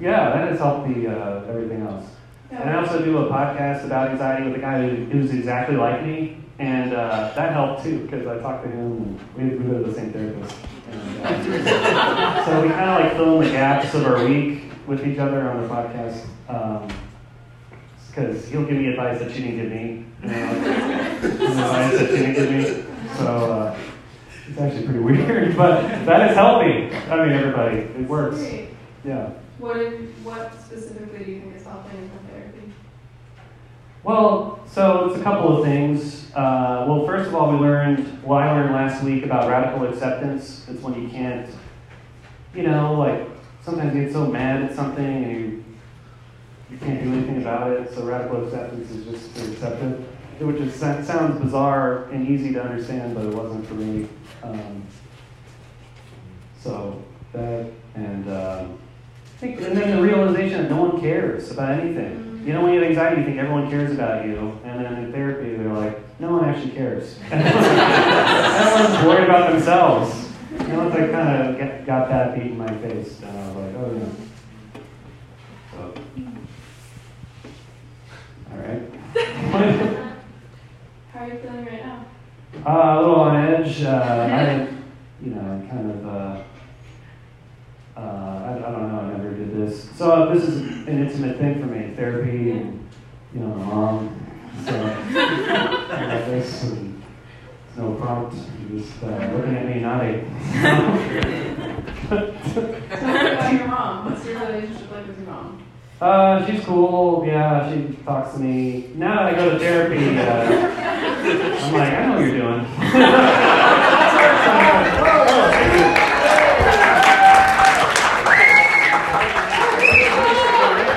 Yeah, that has helped the uh, everything else. And I also do a podcast about anxiety with a guy who, who's exactly like me, and uh, that helped too because I talked to him. And we, we go to the same therapist, and, uh, so we kind of like fill in the gaps of our week with each other on the podcast. because he'll give me advice that she didn't give me, and I'll give him advice that she didn't give me. So uh, it's actually pretty weird, but that is helping. I mean, everybody, it works.
Great.
Yeah.
What, did, what specifically do you think is helping in the therapy?
Well, so it's a couple of things. Uh, well, first of all, we learned what I learned last week about radical acceptance. It's when you can't, you know, like sometimes you get so mad at something and you you can't do anything about it. So radical acceptance is just to accept it, which is, sounds bizarre and easy to understand, but it wasn't for me. Um, so that and. Um, I think- and then the realization that no one cares about anything. You know, when you have anxiety, you think everyone cares about you, and then in therapy, they're like, no one actually cares. Everyone's worried about themselves. And once I kind of get, got that beat in my face, then I was like, oh yeah. So. All right.
How are you feeling right now?
Uh, a little on edge. Uh, I, you know, kind of. Uh, uh, I, I don't know. I never did this, so uh, this is an intimate thing for me. Therapy, and you know, my mom. So I got this, and it's no prompt. You're Just uh, looking at me nodding.
Tell me about your mom. What's your relationship like with your mom?
uh, she's cool. Yeah, she talks to me. Now that I go to therapy, uh, I'm like, I know what you're doing.